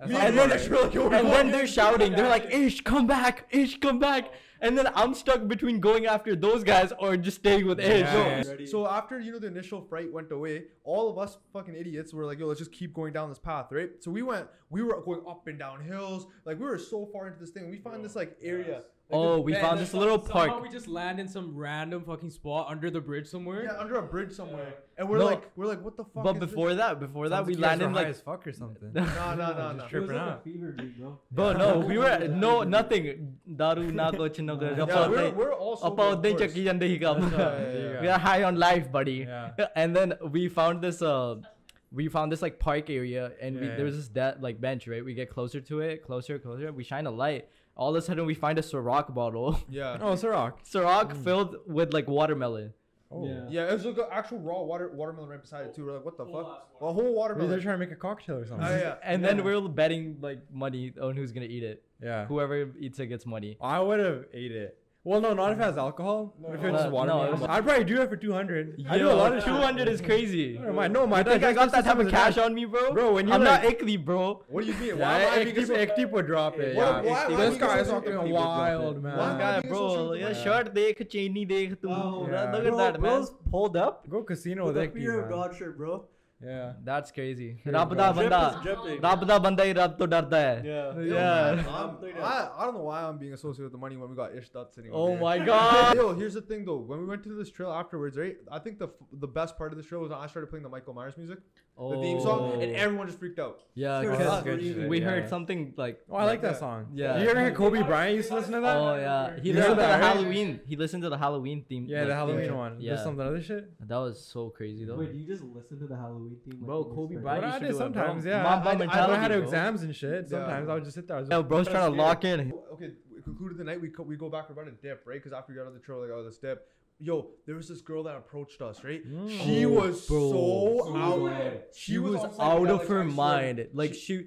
A: That's
C: Me
A: not
C: and
A: right.
C: Ish were like, yo, we're
B: and
C: going
B: then they're shouting. They're like, "Ish, come back! Ish, come back!" And then I'm stuck between going after those guys or just staying with Ish.
A: Yeah.
B: Yo,
C: So- So after you know the initial fright went away, all of us fucking idiots were like, "Yo, let's just keep going down this path, right?" So we went, we were going up and down hills, like we were so far into this thing. We found this like area. Like,
B: Oh,
C: this
B: we
C: bed-
B: found
E: And
B: this
E: then
B: little
E: some- somehow
B: park.
E: We just land in some random fucking spot under the bridge somewhere.
C: yeah, under a bridge somewhere, and we're
B: No.
C: like, we're like, "What the fuck?"
B: But
C: is
B: before that, before that, we landed
A: high
B: like.
A: as fuck or
B: (laughs)
A: something.
C: no, (laughs) no, no, no.
A: Just
D: It was
A: tripping
D: like a
A: out.
D: fever dream, bro.
B: Bro, no, we were (laughs)
D: Yeah.
B: no nothing. Daru nado chinagar.
C: this? yeah, we're, we're all sober,
B: Apa
C: of
B: udde
C: course.
B: chakki jande hi kam.
C: Yeah, yeah, (laughs) yeah.
B: (laughs) We are high on life, buddy.
A: Yeah.
B: (laughs) And then we found this uh we found this like park area and we,
A: Yeah,
B: there was
A: yeah.
B: this that like bench, right? We get closer to it, closer, closer. We shine a light. All of a sudden we find a Ciroc bottle. (laughs)
C: Yeah.
A: Oh, it's a rock.
B: Ciroc filled with like watermelon.
A: Oh.
D: Yeah.
C: Yeah, it was like an actual raw water watermelon right beside it too. We're like, what the
E: Whole
C: fuck?
E: ass
C: A whole
A: Maybe they're
C: watermelon.
A: trying to make a cocktail or something.
C: Oh, yeah.
B: And
C: Yeah.
B: then we we're betting like money on who's gonna eat it.
A: Yeah.
B: Whoever eats it gets money.
A: I would have ate it. Well, no, not if it has alcohol. but if it's
B: No,
A: just water.
B: no, it was-
A: I'd probably do it for 200. I do a
B: Yo,
A: lot of shit.
B: 200 is crazy.
A: No, my, no, my
B: I
A: dad
B: think I
A: just
B: got
A: used
B: that
A: to
B: type of
A: sometimes-
B: cash on me, bro.
A: Bro, when you're
B: I'm
A: like,
B: not ickly, bro.
C: What do you mean? Why
A: yeah,
C: am I
A: Ekti
C: being so-
A: Ekti drop it.
C: Why-
A: Yeah,
C: why-
A: Ekti-
C: why
A: this
C: would you
A: guy is
C: say
A: fucking
C: Ekti would drop
A: wild,
C: it?
A: man.
C: Why-
B: This guy,
C: why do you
B: bro,
C: get so
B: yeah,
C: sensitive?
B: shirt dekh, chaini dekh, tu.
D: Wow,
A: Yeah.
B: Look at
D: Bro,
B: that, man.
D: bro's pulled up.
A: Go casino
D: With
A: with
D: a fear of
A: Ekti. man.
D: God shirt, bro.
A: Yeah.
B: That's crazy.
A: Here
B: रब
A: we
B: दा
A: go.
B: बंदा
D: Drip is dripping.
B: रब दा बंदा ही रब तो डरता है.
D: Yeah.
B: Yeah.
C: Oh, I'm- I, I don't know why I'm being associated with the money when we got Ish Dutt sitting over
B: Oh
C: here.
B: my god.
C: Yo, here's the thing though. When we went to this trail afterwards, right? I think the the best part of the trail was when I started playing the Michael Myers music, (laughs) the theme song, and
B: Oh.
C: everyone just freaked out.
B: Yeah,
D: Sure,
B: 'cause
D: that's
A: good shit,
B: we
A: yeah.
B: heard something like.
A: Oh, I like that
C: Yeah.
A: song.
B: Yeah.
A: You ever hear Kobe Bryant used to listen to that?
B: Oh yeah, he
A: You
B: listened
A: heard
B: to the
A: that, right?
B: Halloween. He listened to the Halloween theme.
A: Yeah,
B: like,
A: the
B: theme
A: Halloween
B: song.
A: one.
B: Yeah,
A: There's some other shit.
B: that was so crazy though.
D: Wait, do you just listen to the Halloween theme?
B: Bro,
D: when you're
B: Kobe
D: studying?
B: Bryant
A: But I
B: used to
A: did
B: do it, bro.
A: sometimes, yeah.
B: Mamba
A: I, I, I,
B: mentality,
A: had
B: bro.
A: exams and shit. Sometimes I would just sit there. I was
B: Yeah, bro's trying to lock in.
C: Okay, we concluded the night. We co- we go back. We're about to dip, right? Because after we got on the trail, like oh, let's dip. Yo, there was this girl that approached us, right? She
B: Oh,
C: was
B: bro.
C: so out.
E: Dude.
C: She,
B: she was
C: upside
B: out
C: down,
B: of
C: like,
B: her
C: I swear.
B: mind. Like she,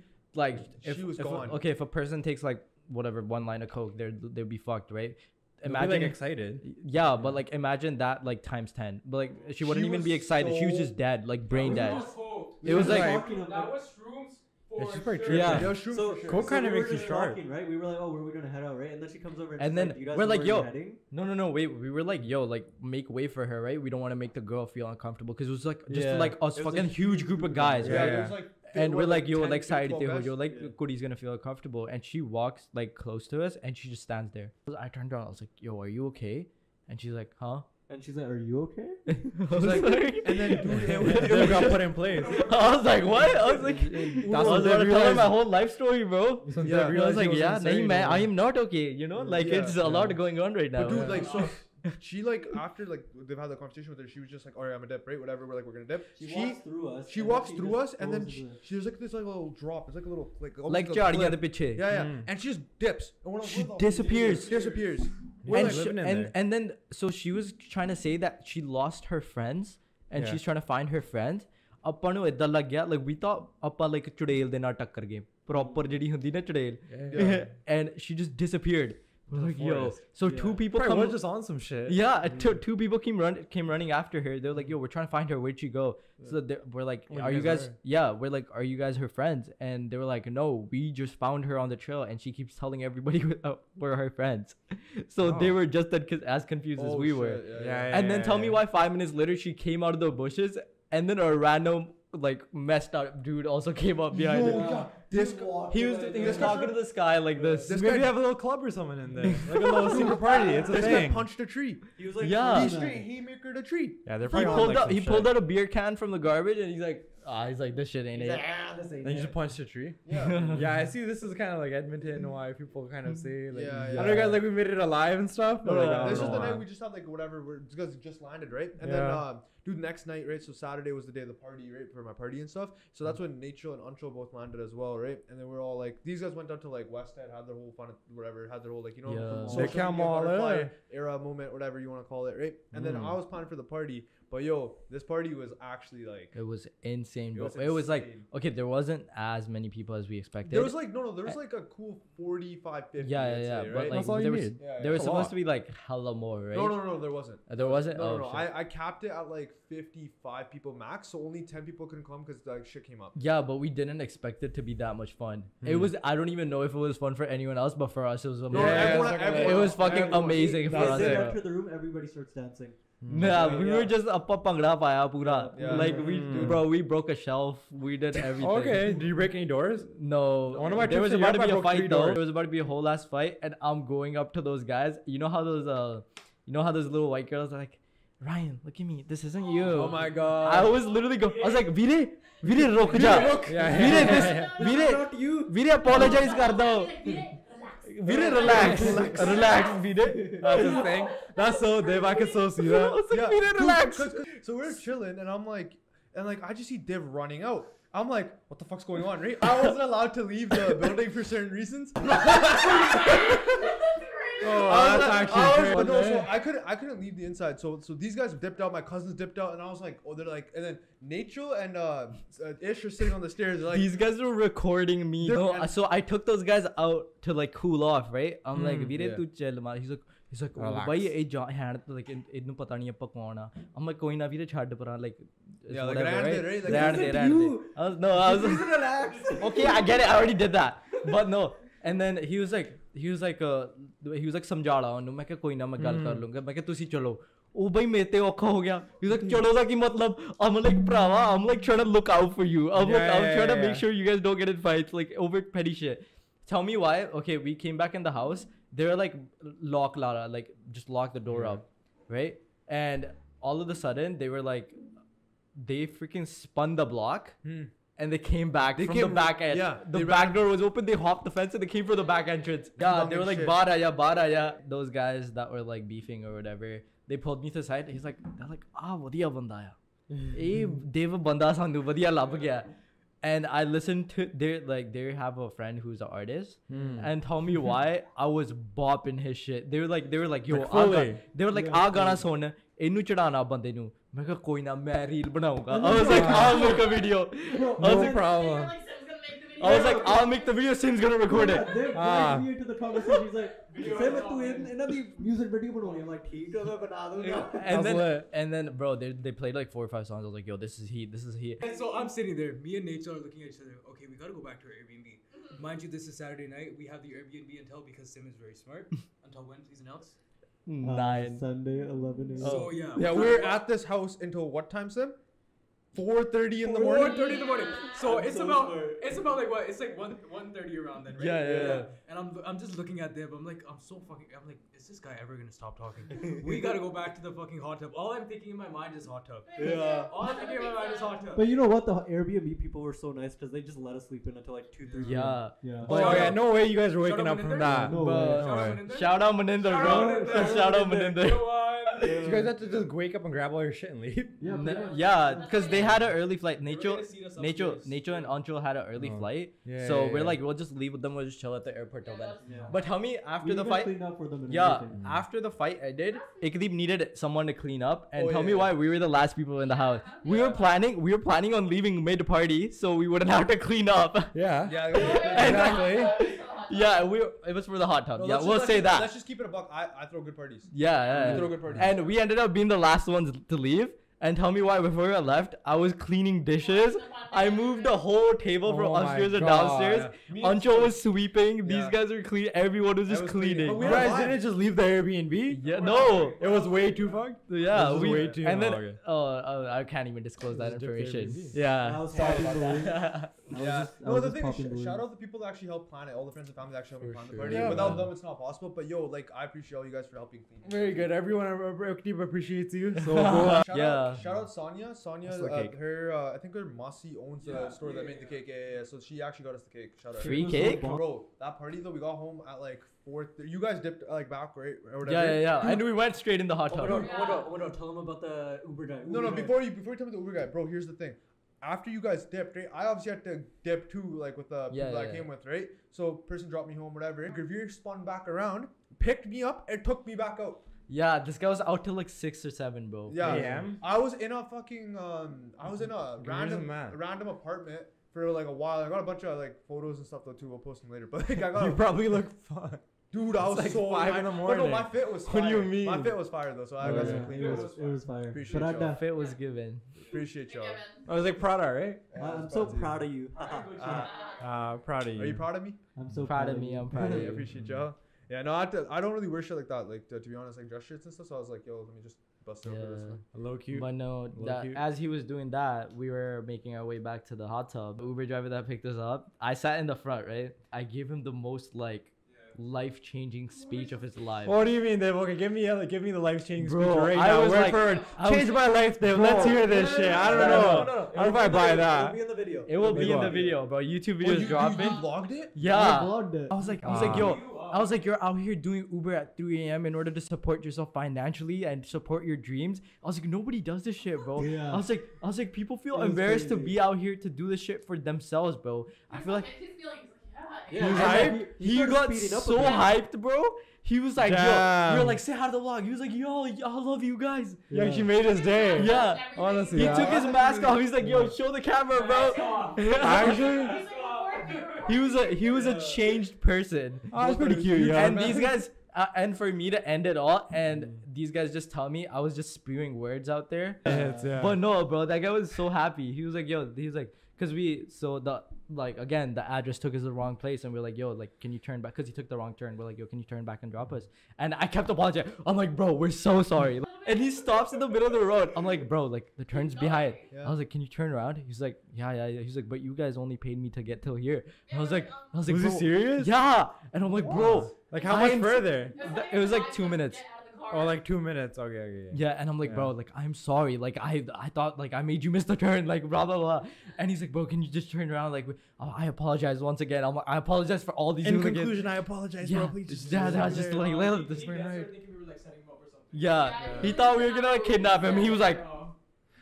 B: like
C: She
B: if,
C: was
B: if a-
C: gone.
B: okay, if a person takes like whatever one line of coke, they're they'd be fucked, right?
A: imagine
B: Imagine.
A: excited.
B: yeah, but like imagine that like times ten. But like she wouldn't
C: She
B: even be
C: was
B: excited. She was
C: so-
B: just dead, like brain
E: That
B: dead.
E: was cold.
B: It was
A: was
B: like
A: like-
D: Talking about-
E: That was shrooms for
A: she's probably
E: sure.
B: Yeah.
C: Yo, shoot
D: So,
C: for sure.
A: Coke
D: so
A: kinda
D: we were
A: makes you
D: just
A: sharp.
D: Talking, right? We were like, oh, where are we gonna head out, right? And then she comes over and,
B: And
D: she's
B: then
D: like, "Do you guys
B: we're
D: know
B: like,
D: where you're
B: yo,
D: heading?"
B: no, no, no. Wait, we were like, yo, like make way for her, right? We don't want to make the girl feel uncomfortable because it was like just
A: Yeah.
B: like us
D: It was a
B: fucking huge group of guys,
A: Yeah,
B: right?
A: yeah.
C: there's, like,
B: And
C: there
B: we're
C: were,
B: like, yo,
C: 10,
B: like side
C: 12
B: table,
C: guys.
B: yo, like
D: Yeah.
B: Cody's gonna feel uncomfortable. And she walks like close to us and she just stands there. I turned around, I was like, yo, are you okay? And she's like,
A: (laughs)
B: huh?
D: And she's like, "Are you okay?"
B: I was
C: like-
B: like,
C: and
A: (laughs)
C: then dude, it, was- it
A: They
C: was
A: got
C: just-
A: put in place.
B: I was like, what? I was like, I
A: That's
B: was
A: what
B: gonna
A: they
B: tell her
A: realized.
B: my whole life story,
A: (laughs)
B: bro.
A: Sometimes
C: Yeah.
A: I
B: I
A: realized
B: was
A: he
B: like, yeah,
A: insane,
B: nahi, man,
A: you
B: I
A: know?
B: am not okay. You know, like
C: Yeah,
B: it's a lot
A: yeah.
B: going on right now.
C: But dude,
A: Yeah.
C: like so
B: (laughs)
C: she like after like they've had the conversation with her, she was just like, Alright, I'm a dip, right? Whatever, we're like we're gonna dip.
D: She, walks through us.
C: she
D: and then
C: walks through
D: just
C: us and then
D: goes
C: she,
D: into the-
C: she- there's like this like little drop. It's like a little like almost
B: like
C: like a
B: Charlie
C: flip.
B: the piche.
C: Yeah, yeah.
A: Mm.
C: And she just dips. And we're like,
B: She
C: "Where the-
B: disappears.
C: Disappears. We're
B: and,
C: like,
B: sh-
A: living in
B: and
A: there.
B: and then so she was trying to say that she lost her friends and
A: Yeah.
B: she's trying to find her friend ਆਪਾਂ ਨੂੰ ਇਦਾਂ ਲੱਗ ਗਿਆ like we thought ਆਪਾਂ like ਚੁੜੇਲ ਦੇ ਨਾਲ ਟੱਕਰ ਗਏ ਪ੍ਰੋਪਰ ਜਿਹੜੀ ਹੁੰਦੀ ਨਾ ਚੁੜੇਲ (laughs)
A: Yeah.
B: and she just disappeared Like, yo,
A: forest.
B: so
D: Yeah.
B: two people
A: Probably
B: come.
A: was just on some shit.
B: Yeah, uh, two, two people came run came running after her. They're like, "Yo, we're trying to find her. Where'd she go?" So they- we're like,
A: Where
B: "Are
A: you
B: you
A: guys
B: guys?"
A: are.
B: Yeah, we're like, "Are you guys her friends?" And they were like, "No, we just found her on the trail, and she keeps telling everybody (laughs) we- uh, we're her friends." (laughs) So they
A: Oh.
B: were just that, as confused as
C: Oh,
B: we
C: shit,
B: were.
C: yeah,
A: Yeah,
C: yeah.
A: yeah,
B: And then
A: yeah,
B: tell
A: yeah.
B: me why five minutes later she came out of the bushes, and then a random like messed up dude also (laughs) came up behind
C: Yo,
B: her.
C: yeah. This
B: He was, he was
C: guy-
B: talking to the sky like this.
C: This
A: Maybe
C: guy-
A: have a little club or something in there, like a little secret party. It's a
C: this guy
A: thing.
C: punched a tree.
D: He was like,
B: Yeah.
C: he
B: nice.
C: straight haymakered a tree.
A: yeah, they're
B: he
A: probably
B: pulled out he pulled out a beer can from the garbage and he's like ah he's like this shit ain't
D: He's
B: it
D: like, ah, this ain't
A: Then you
D: it."
A: just punched a tree.
C: Yeah.
A: Yeah, I see. This is kind of like Edmonton, why people kind of say like,
C: Yeah,
A: I don't know,
C: yeah.
A: guys, like we made it alive and stuff. But
B: No,
A: like, I
B: no,
A: don't
C: This
B: no,
C: is
A: know
C: the
B: no.
A: why.
C: night we just had like whatever. We're because it just landed, right? And then,
A: Yeah.
C: uh, dude, next night, right? So Saturday was the day of the party, right? For my party and stuff. So that's when Nacho and Ancho both landed as well, right? And then we're all like, these guys went down to like West End, had their whole fun, whatever, had their whole like you know,
B: Yeah.
C: social
A: They come
C: media
A: all
C: butterfly
A: in.
C: era moment, whatever you want to call it, right? And
B: Mm.
C: then I was planning for the party, but yo, this party was actually like
B: it was insane
C: It
B: bro.
C: was
B: it was like
C: insane.
B: okay there wasn't as many people as we expected
C: there was like no no there was like a cool 45, 50
B: yeah
C: I'd
B: yeah yeah
C: say,
B: but
C: right?
B: like
A: That's all you
B: there was,
A: need.
C: Yeah, yeah.
B: there was
A: It's a
B: supposed
A: lot.
B: to be like hella more right
C: no no no there wasn't.
B: Uh, there wasn't
C: No,
B: oh,
C: no, no.
B: shit.
C: I, I capped it at like 55 people max, so only 10 people couldn't come because like shit came (laughs) up.
B: yeah but we didn't expect it to be that much fun it was i don't even know if it was fun for anyone else but for us it was
C: Hmm. No,
B: amazing
C: no,
A: Yeah,
C: everyone,
A: it's like a-
C: everyone,
B: it was fucking
C: everyone-
B: amazing for
D: They
B: us
D: said
B: bro.
D: after the room, everybody starts dancing.
B: (laughs) Nah, we
C: Yeah.
B: were just up pangra paya pura.
C: Yeah.
B: Like we,
A: Mm.
B: bro, we broke a shelf. We did everything.
A: Okay, did you break any doors?
B: No,
A: One of my
B: there
A: trips
B: was
A: to
B: about
A: Europe,
B: to
A: I
B: be a
A: broke three
B: fight though.
A: doors.
B: There was about to be a whole ass fight, and I'm going up to those guys. You know how those uh, you know how those little white girls are like, Ryan, look at me. This isn't you.
A: Oh my god.
B: I was literally going. I was like, Vire, Vire, rok ja.
A: Yeah,
B: Vire,
A: yeah,
B: this,
A: yeah.
B: Vire,
D: Not you.
B: Vire, apologize kar do. Vire, relax,
A: Relax.
B: relax, Vire.
A: That's his thing. That's so Dave. I can so see
B: I
A: that.
B: was like,
C: Yeah,
B: Vire,
C: dude,
B: relax.
C: (laughs) 'cause- 'cause- so we're chilling, and I'm like, and like, I just see Div running out. I'm like, what the fuck's going on, right? I (laughs) wasn't allowed to leave the building for certain (laughs) reasons. I
A: Oh,
C: was
A: that's
C: like-
A: actually
C: I was-
A: great.
C: but no, so
A: man.
C: I couldn't I couldn't leave the inside. So so these guys dipped out, my cousins dipped out, and I was like, oh, they're like, and then Nacho and uh, uh, Ish are sitting on the stairs. They're like,
B: These guys were recording me.
C: They're-
B: No,
C: and-
B: so I took those guys out to like cool off, right? I'm like,
A: Hmm,
B: Vire,
C: yeah.
B: tu chill, man. He's like, he's like, oh,
A: Relax.
B: bhai, eh, John, hand, like, in- ਇਹਨੂੰ ਪਤਾ ਨਹੀਂ ਆਪਾਂ ਕੌਣ ਆ। I'm like, ਕੋਈ ਨਾ ਵੀਰੇ ਛੱਡ ਪਰਾਂ, like, it's
C: Yeah, like,
B: whatever,
C: ਰਹਿਣ ਦੇ,
B: right?
C: right? Like,
B: ਰਹਿਣ
C: this (laughs)
B: ਦੇ,
C: is
B: ਰਹਿਣ ਦੇ।
D: you.
B: I was, no, I
D: (laughs)
B: was
C: (laughs)
B: like, (laughs)
D: Relax.
B: okay, I get it. I already did that. But no. And then he was like, he was like, uh, he was like, ਸਮਝਾ ਲਾ ਉਹਨੂੰ ਮੈਂ ਕਿਹਾ ਕੋਈ ਨਾ ਮੈਂ ਗੱਲ ਕਰ ਲੂੰਗਾ ਮੈਂ ਕਿਹਾ ਤੁਸੀਂ ਚਲੋ ਉਹ ਬਈ ਮੇਰੇ ਤੇ ਔਖਾ ਹੋ ਗਿਆ ਹੀ ਲਾਈਕ ਚਲੋ ਦਾ ਕੀ ਮਤਲਬ ਆਮ ਲਾਈਕ ਭਰਾਵਾ I'm like trying to look out for you I'm like
A: Yeah,
B: I'm
A: yeah,
B: trying to
A: yeah,
B: make
A: yeah.
B: Sure you guys don't get in fights like over petty shit tell me why okay we came back in the house they were like lock lara like just lock the door up right and all of a sudden they were like they freaking spun the block and they came back from the
C: Hmm. came-
B: back end
C: yeah,
B: the
C: they
B: back door was open they hopped the fence and they came for the back
C: (laughs)
B: entrance yeah they
C: Bumming
B: were like
C: shit.
B: bara yeah bara yeah those guys that were like beefing or whatever they pulled me to the side he's like they're like ah vadiya banda
C: (laughs)
B: ya ਇਹ ਦੇਵ ਬੰਦਾ ਸਾਨੂੰ ਵਧੀਆ ਲੱਭ ਗਿਆ and I listened to they like they have a friend who's an artist
C: Hmm.
B: and tell me why I was bopping his shit. They were like they were like yo
A: Like,
B: ਆਹ ਗਾ-
A: fully.
B: they were like ਆ ਗਾਣਾ ਸੁਣ ਇਹਨੂੰ ਚੜਾਣਾ ਬੰਦੇ ਨੂੰ ਮੈਂ ਕਿਹਾ ਕੋਈ ਨਾ ਮੈਂ reel
A: (laughs)
B: ਬਣਾਉਂਗਾ I was like I'll make a video I was
A: No
B: like
A: problem.
B: I was like I'll make the video Sin's gonna record
D: (laughs)
A: (laughs)
D: Yeah,
B: it
A: Ah.
D: they're dragging me into the conversation. He's like,
C: (laughs)
D: "Say what तू इन इन्हें भी music video बनाऊंगी." I'm like, "ठीक है, मैं बना दूंगा."
B: and
A: That's
B: then
A: lit.
B: and then bro they they played like four or five songs I was like yo this is he this is he
E: And so I'm sitting there, me and Nature are looking at each other. Okay, we gotta go back to our Airbnb. Mind you, this is Saturday night. We have the Airbnb until because Sim is very smart. Until when? He's announced.
A: Oh,
B: (laughs)
D: (laughs)
B: nine Oh,
D: Sunday, 11 a.m.
E: So yeah.
C: yeah, we were at this house until what time, Sim? 4:30 in the morning.
E: 4:30 in the morning. So
D: I'm
E: it's
D: so
E: about
D: smart.
E: it's about like what? It's like one 1:30 around then, right?
B: Yeah, yeah, yeah.
E: And I'm I'm just looking at Deb. I'm like I'm so fucking. I'm like, is this guy ever gonna stop talking? we gotta go back to the fucking hot tub. All I'm thinking in my mind is hot tub. All I'm thinking in my mind is hot tub.
D: But you know what? The Airbnb people were so nice because they just let us sleep in until like 2 3
B: yeah
D: Yeah.
A: But
E: Shut
A: yeah,
E: up.
A: no way you guys were
E: Shut
A: waking up
E: up in
A: from
E: there?
B: Ah,
A: that.
D: No
A: But-
D: way.
E: Shout out
B: shout out
E: Meninder.
B: Meninder
E: Shout
B: bro
E: out
B: (laughs)
E: Meninder.
B: shout out Meninder
E: Go on.
A: Did you guys have to just wake up and grab all your shit and leave?
D: Yeah,
B: N-
D: pretty much.
B: yeah,
G: That's
B: because
G: what
B: they
G: it
B: had an early flight.
E: They were
B: Nacho,
E: gonna seat us
B: Nacho,
E: upstairs.
B: Nacho, and Ancho had an early
A: Oh.
B: flight.
A: (laughs) Yeah,
B: so
A: yeah,
B: we're
A: yeah.
B: like, we'll just leave with them. We'll just chill at the airport till then.
D: Yeah.
B: But tell me, after
D: We
B: the
D: even
B: fight,
D: cleaned up for them and
B: yeah,
D: everything.
B: after the fight ended, Ikdeep needed someone to clean up, and
C: Oh,
B: tell
C: yeah,
B: me
C: yeah.
B: why we were the last people in the house. We were
G: Yeah.
B: planning, we were planning on leaving mid party, so we wouldn't have to clean up. (laughs)
A: Yeah.
C: Yeah.
B: And-
A: Exactly.
B: yeah, we it was for the hot tub.
C: No,
B: yeah,
C: let's just-
B: we'll
C: let's
B: say
C: just-
B: that.
C: Let's just keep it a buck. I, I throw good parties.
B: yeah,
C: You
B: yeah.
C: throw good parties.
B: And we ended up being the last ones to leave. And tell me why before we got left, I was cleaning dishes. I moved the whole table from
A: Oh my
B: upstairs to
A: God.
B: downstairs.
C: Me and
B: Ancho was sweeping. These
C: Yeah.
B: guys were clean. Everyone was just
C: was cleaning,
B: cleaning.
C: but we
A: You
C: had a
A: guys
C: vibe.
A: didn't just leave the Airbnb.
B: yeah, no.
A: It was way too fucked.
B: Yeah,
A: This is
B: we
A: way too-
B: and then
A: oh, okay.
B: oh, oh, I can't even disclose that
A: Just dip the
B: information.
C: (laughs)
A: Airbnb.
B: Yeah.
D: I was
B: Sorry
D: fucking
B: about (laughs)
D: blue.
B: that.
D: I was
C: Yeah.
D: just- I
C: No,
D: was
C: the
D: just
C: thing is,
D: popping
C: sh-
D: balloons.
C: shout out the people that actually help plan it. All the friends and family that actually help
A: For
C: plan the
A: sure.
C: party.
A: Yeah,
C: Without
A: man.
C: them, it's not possible. But yo, like I appreciate all you guys for helping clean.
A: Very good. Everyone at Rookdeep appreciates you. So
B: Yeah.
A: (laughs) go.
C: Shout
B: Yeah.
C: out, shout out Sonia. Sonia,
A: That's the
C: uh,
A: cake.
C: her, uh, I think her Mossy owns the
E: Yeah,
C: store
E: yeah,
C: that made the
E: yeah.
C: cake. Yeah, yeah, yeah. So she actually got us the cake. Shout out.
B: Free
D: It was
B: cake?
D: so bomb.
C: Bro, that party though, we got home at like four. Th- you guys dipped uh, like back right or whatever.
B: Yeah, yeah, yeah. And we went straight in the hot
D: Oh,
B: tub.
D: no, oh, no, oh, no, tell them about the Uber guy.
C: No, no.
D: Uber guy.
C: Before you, before you tell me the Uber guy, bro. Here's the thing. After you guys dipped, right? I obviously had to dip too, like with the
B: Yeah,
C: people that I
B: yeah.
C: came with, right? So person dropped me home, whatever. Gravier spun back around, picked me up, and took me back out.
B: Yeah, this guy was out till like six or seven, bro.
C: Yeah.
A: AM?
C: I was in a fucking um I was in a
A: Gravier's a
C: random
A: man.
C: random apartment for like a while. I got a bunch of like photos and stuff though too. We'll post them later. But like I got
A: You probably look fucked.
C: dude, I
A: it's
C: was
A: like
C: so
A: five
C: mad.
A: in the
C: But no, my
A: morning.
C: fit was fire.
A: What do you
C: My
A: mean?
C: fit was fire though, so I
A: Oh,
C: got
A: yeah.
C: some clean
D: It
C: ones.
D: was, it was fire.
C: Appreciate
D: but I,
C: y'all.
D: that,
B: Fit was given.
C: Appreciate y'all.
A: I was like Prada, right?
C: Yeah,
D: I'm
C: it's
D: so
C: about to-
D: proud of you.
B: (laughs)
C: Uh,
A: Uh, proud of you.
C: Are you proud of me?
D: I'm so
B: Proud of me, (laughs)
C: (laughs)
B: I'm
C: I
B: proud of you.
C: appreciate y'all. Yeah, no, I, have to, I don't really wear shit like that. Like to, to be honest, like dress shirts and stuff. So I was like, yo, let me just bust it over this
B: Yeah.
C: one.
A: Low cute.
B: But no,
A: Low
B: that,
A: cute.
B: as he was doing that, we were making our way back to the hot tub. The Uber driver that picked us up, I sat in the front, right? I gave him the most like life changing speech of his life.
A: Oh,
C: Oh,
A: What do you mean, Dave? Okay, give me a, give me the life changing speech
B: Bro,
A: right
B: I
A: now.
B: was
A: Word
B: like-
A: for word.
B: I
A: Change
B: was-
A: my life, Dave.
B: Bro.
A: Let's hear
D: No,
A: this
D: no, no,
A: shit.
D: no,
A: I
D: no,
A: don't
B: no, no,
A: know.
D: no.
A: I don't know if I buy
D: It'll
B: Ah.
A: that.
D: be in the video.
B: it will
A: Like
B: be in the
A: what?
B: video, bro. YouTube
C: Oh,
B: videos
C: you, Oh,
B: dropping.
C: you, you vlogged it?
B: yeah.
D: I vlogged it.
B: Ah. I was like, I was like,
A: Ah.
B: yo, I was like, you're out here doing Uber at 3 a.m. in order to support yourself financially and support your dreams. I was like, nobody does this shit, bro.
D: Yeah.
B: I was like, I was like, people
D: It
B: feel
D: was
B: embarrassed to
D: crazy.
B: be out here to do this shit for themselves, bro. I feel like
D: Yeah,
B: he was
D: and then
B: hyped. He,
D: started
B: got
D: speeding up a
B: so
D: bit.
B: hyped, bro. He was like, yo, we
A: Damn.
B: were like, say hi to the vlog. He was like, yo, I love you guys.
A: You actually made his day.
B: Yeah.
A: Honestly,
B: He
A: Yeah.
B: took his mask off. He's like, yo, show the camera, bro.
E: off.
A: Actually,
B: (laughs) he was a he was a changed person.
A: oh, that's pretty cute, yeah.
B: and these guys uh, and for me to end it all and these guys just tell me i was just spewing words out there
A: It's, yeah.
B: but no bro that guy was so happy he was like yo he was like because we so the like again the address took us the wrong place and we're like yo like can you turn back because he took the wrong turn we're like yo can you turn back and drop us and i kept apologizing i'm like bro we're so sorry and he stops in the middle of the road i'm like bro like the turn's behind i
C: Yeah.
B: was like can you turn around he's like yeah yeah yeah he's like but you guys only paid me to get till here and i was like i was like
A: was he
B: bro,
A: serious?
B: yeah and i'm like bro
A: Like how much
B: I'm-
A: further?
B: Th- it was like two minutes.
A: Oh, like two minutes. Okay, okay, yeah.
B: Yeah, and I'm like, bro, like I'm sorry, like I I thought like I made you miss the turn, (laughs) like blah blah blah. And he's like, bro, can you just turn around? Like oh, I apologize once again. I'm like, I apologize for all these.
A: In
B: hooligans."
A: conclusion, I apologize,
B: yeah,
A: bro. Please just
B: yeah, that was just like let
E: He-
B: this
E: he
B: man
E: guys
B: right.
E: were thinking we were, like, setting him up or something. oh,
B: Yeah,
A: Yeah.
B: he thought we were gonna kidnap him. He was like,
E: No.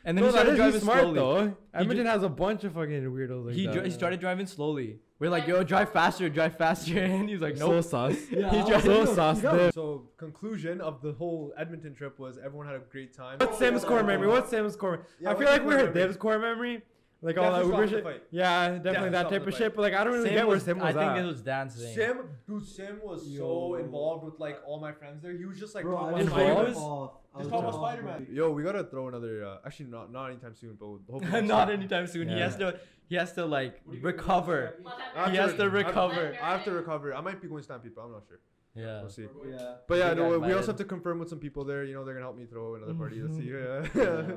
B: and then
A: no,
B: he
A: that
B: started
A: is
B: driving
A: he's smart
B: slowly.
A: though. Edmonton
B: ju-
A: has a bunch of fucking weirdos like
B: he,
A: that.
B: dri- he started driving slowly. We're like, yo, drive faster, drive faster, (laughs) and he's like,
A: so
B: no.
A: sus.
D: Yeah,
A: he's
D: I
A: just so
D: was like,
A: sus.
D: yo,
A: Dude.
C: So conclusion of the whole Edmonton trip was everyone had a great time.
A: What's Sam's core memory? What's Sam's core? memory?
C: Yeah,
A: I
C: what's
A: feel like
C: your
A: we
C: core
A: heard
C: memory?
A: Dev's core memory, like all that
C: Definitely
A: Uber
C: stopped the
A: shit.
C: fight.
A: Yeah, definitely that
C: stopped
A: type
C: the
A: of
C: fight.
A: shit. But like, I don't really
B: Sam
A: get where
B: was-
A: Sam
B: I
A: was
B: think
A: at.
B: it was dancing. (laughs)
C: Sim, dude, Sim was so
D: Yo.
C: involved with like all my friends there. He was just like,
D: Bro,
C: talking about
D: I
B: was
D: was
C: Spider-Man.
B: Spider-Man.
D: off.
B: Involved?
D: I
C: Just
D: was
C: talk about
D: off,
C: Spider
D: bro.
C: Man. Yo, we gotta throw another. Uh, actually, not not anytime soon, but
B: (laughs)
C: hopefully. next
B: Not
C: time.
B: anytime soon. He
A: Yeah.
B: has to he has to like
E: What do you-
B: recover.
C: After-
B: He has to
C: after-
B: recover.
C: I have to recover. I might be going Stampede, but I'm not sure.
B: Yeah.
C: We'll see.
E: We're going-
D: Yeah.
C: But yeah,
B: You
C: no,
B: got
C: we also
B: invited.
C: have to confirm with some people there. You know, they're gonna help me throw another party.
B: (laughs)
C: Let's see. Yeah.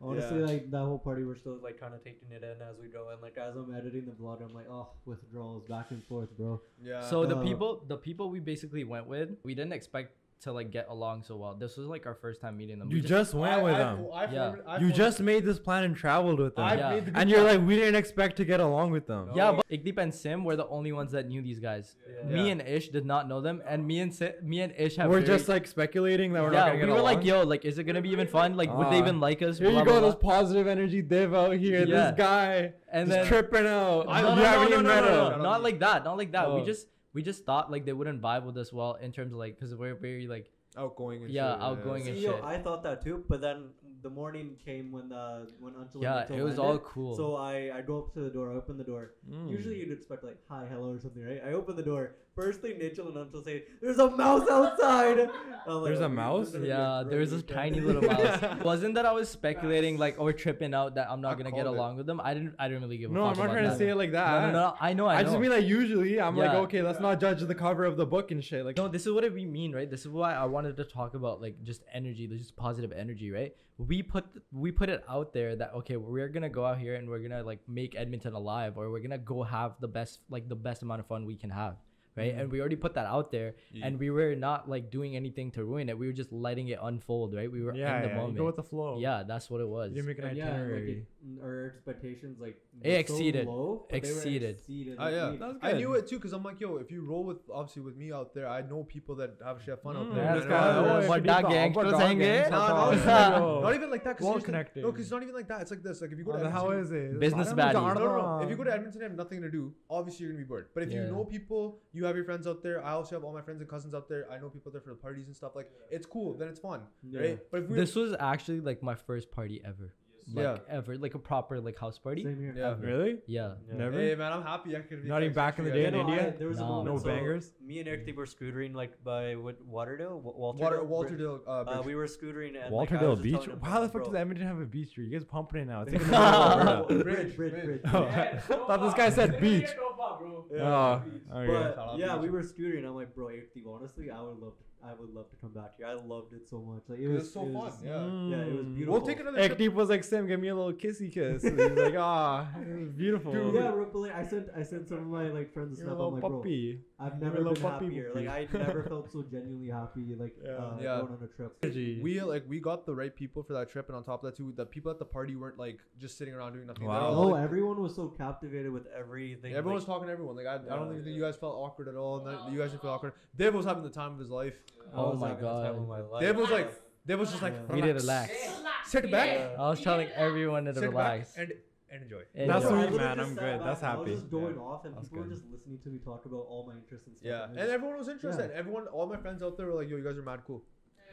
D: Honestly,
C: Yeah.
D: like that whole party, we're still like trying to take it in as we go, and like as I'm editing the vlog, I'm like, oh, withdrawals back and forth, bro.
C: (laughs) yeah.
B: so the
A: Uh-huh.
D: Uh,
B: people the people we basically went with we didn't expect to like get along so well this was like our first time meeting them We
A: You just went with them.
B: Yeah.
A: You just made this plan and traveled with
C: I
A: them.
B: Yeah.
C: made the
A: And you're like, we didn't expect to get along with them.
B: yeah but Igdeep and sim were the only ones that knew these guys
D: Yeah.
B: me
C: Yeah.
B: and ish did not know them and me and si- me and ish have
A: We're
B: very-
A: just like speculating that we're
B: yeah
A: not gonna
B: we
A: get
B: were like
A: along.
B: yo like is it gonna be even fun like would they
A: Ah.
B: even like us
A: Here
B: Blah,
A: you
B: blah,
A: go,
B: blah.
A: this positive energy div out here.
B: Yeah.
A: This guy
B: and
A: is
B: then
A: tripping out.
C: I-
B: no,
A: you
B: no,
A: haven't
B: no, no,
A: even
B: no,
A: met
B: no, no,
A: him.
B: not like that not like that we
A: Oh.
B: just we just thought like they wouldn't vibe with us well in terms of like because we're very like
C: outgoing and
B: Yeah,
C: shit,
B: outgoing
D: See,
B: and
D: yo,
B: shit.
D: I thought that too, but then the morning came when the when Until
B: Yeah,
D: Mental
B: it was
D: landed.
B: all cool.
D: So I I go up to the door, I open the door.
A: Mm.
D: Usually you'd expect like hi, hello or something, right? I open the door. First thing Nichol and Until say, "There's a mouse (laughs) outside." I'm like,
A: There's a
D: "Okay,
A: mouse?
D: gonna be a
B: yeah, there was
D: great
B: this
D: weekend." (laughs)
B: tiny little
A: (laughs)
B: mouse. Wasn't that I was speculating like or tripping out that I'm not
A: I
B: gonna get
A: called it.
B: along with them? I didn't. I didn't really give a
A: No,
B: fuck
A: I'm not
B: about
A: trying to
B: that.
A: say it like that.
B: No, no, no. I know. I,
A: I
B: know.
A: just mean like usually I'm like
B: Yeah.
A: okay, let's not judge the cover of the book and shit. Like
B: no, this is what we mean, right? This is why I wanted to talk about like just energy, like, just positive energy, right? We put we put it out there that okay, we're gonna go out here and we're gonna like make Edmonton alive, or we're gonna go have the best like the best amount of fun we can have, right?
A: Mm-hmm.
B: And we already put that out there, and we were not like doing anything to ruin it. We were just letting it unfold, right? We were in
A: yeah,
B: the
A: yeah, you
B: moment.
A: go with the flow.
B: yeah, that's what it was.
A: Oh. you didn't make an
D: And yeah, and, like,
A: itinerary.
D: it- our expectations like
B: It
D: were so
B: exceeded.
D: low, but they were
B: Exceeded.
D: exceeded.
C: Oh,
D: Like,
C: yeah.
D: we-
A: That was
C: I knew
A: good.
C: it too because I'm like, yo, if you roll with obviously with me out there, I know people that have shit fun out
A: Mm,
C: there.
B: that's
C: and I know-
B: kind of-
C: I know
B: what
A: should be
B: dog
A: thought,
B: gang,
A: what
B: still
A: dog
B: saying
A: gang,
B: it?
A: still
C: No, no,
A: thought.
C: it's
B: Yeah.
C: like-
A: Yo.
C: not even like that. Cause
A: Well
C: you can-
A: connected.
C: No, because it's not even like that. It's like this. Like if you go to
A: Oh, then
C: Edmonton,
A: how is it?
B: Business
C: No,
B: baddie.
C: no, no. If you go to Edmonton and have nothing to do, obviously you're gonna be bored. But if
B: Yeah.
C: you know people, you have your friends out there. I also have all my friends and cousins out there. I know people there for the parties and stuff. Like it's cool. Then it's fun,
D: Yeah.
C: right? But if we,
B: This was actually like my first party ever. Like ever. Like a proper like house party.
D: Same here.
C: Yeah.
A: really
B: Yeah.
D: Yeah.
A: never.
C: hey man, I'm happy. I could be
A: Not even back in the
C: actually,
A: day
C: I
A: in
C: know.
A: India?
D: I- there was a
B: No.
D: moment,
A: No
D: so
A: bangers?
D: Me and Eric they were scootering like by what Waterdale, Wa- Walterdale,
C: Water,
D: Bri-
C: Walterdale. Uh,
D: Uh,
C: Bridge.
D: we were scootering at like, I was
A: Walterdale
D: just
A: Beach.
D: telling him,
A: How the fuck
D: bro,
A: does Edmonton have a beach here? You guys pumping it now. It's like in the middle of
D: Bro,
A: nowhere.
D: bridge, (laughs) bridge,
C: Bridge.
D: bridge.
A: Oh, I (laughs) thought this guy said beach. Oh, okay.
D: But yeah, we were scootering. I'm like, bro, Eric, honestly, I would love, to, I would love to come back here. I loved it so much. Like it
C: It
D: was
C: was so
D: it
C: fun.
D: was-
C: Yeah.
D: Yeah, it was
A: Mm.
D: beautiful.
C: We'll take another trip.
A: Ekdeep was like, Sim, give me a little kissy kiss. And He's like, ah, it was beautiful.
D: Dude, yeah, Ripley. I sent I sent some of my like friends and
A: You're a
D: stuff. I'm
A: little
D: like, bro,
A: puppy.
D: I've
A: You're a
D: never
A: little
D: been
A: puppy
D: happier. Like I
A: puppy. (laughs)
D: never felt so genuinely happy. Like
A: Yeah.
D: uh,
C: Yeah.
D: going on a trip.
A: Energy.
C: We like we got the right people for that trip, and on top of that too, the people at the party weren't like just sitting around doing nothing. They're
A: Wow.
C: all,
D: No,
C: like,
D: Oh, everyone was so captivated with everything.
C: everyone was
D: like,
C: talking to everyone. Like I, I don't
D: Yeah.
C: think that you guys felt awkward at all. and that you guys didn't feel awkward. Dev was having the time of his life.
D: I
B: Oh
D: was
B: my
D: having the time
B: God.
D: of my life.
C: Dev was like, Dev was just like,
D: Yeah.
B: We did
C: relax.
B: relax.
C: Sit back.
D: Yeah.
B: I was telling everyone to
C: Sit back
B: relax.
C: and and enjoy.
B: And
A: That's
B: yeah.
D: Yo, I
A: sweet,
D: literally
A: man.
D: just
A: I'm
D: sat
A: good.
D: back
A: That's
D: and I was
A: happy.
D: just going
A: Yeah.
D: off, and
A: That's
D: people were
A: good.
D: just listening to me talk about all my interests and stuff.
C: Yeah,
D: it
C: and
D: was
C: everyone was interested. Everyone, all my friends out there were like, "Yo, you guys are mad cool."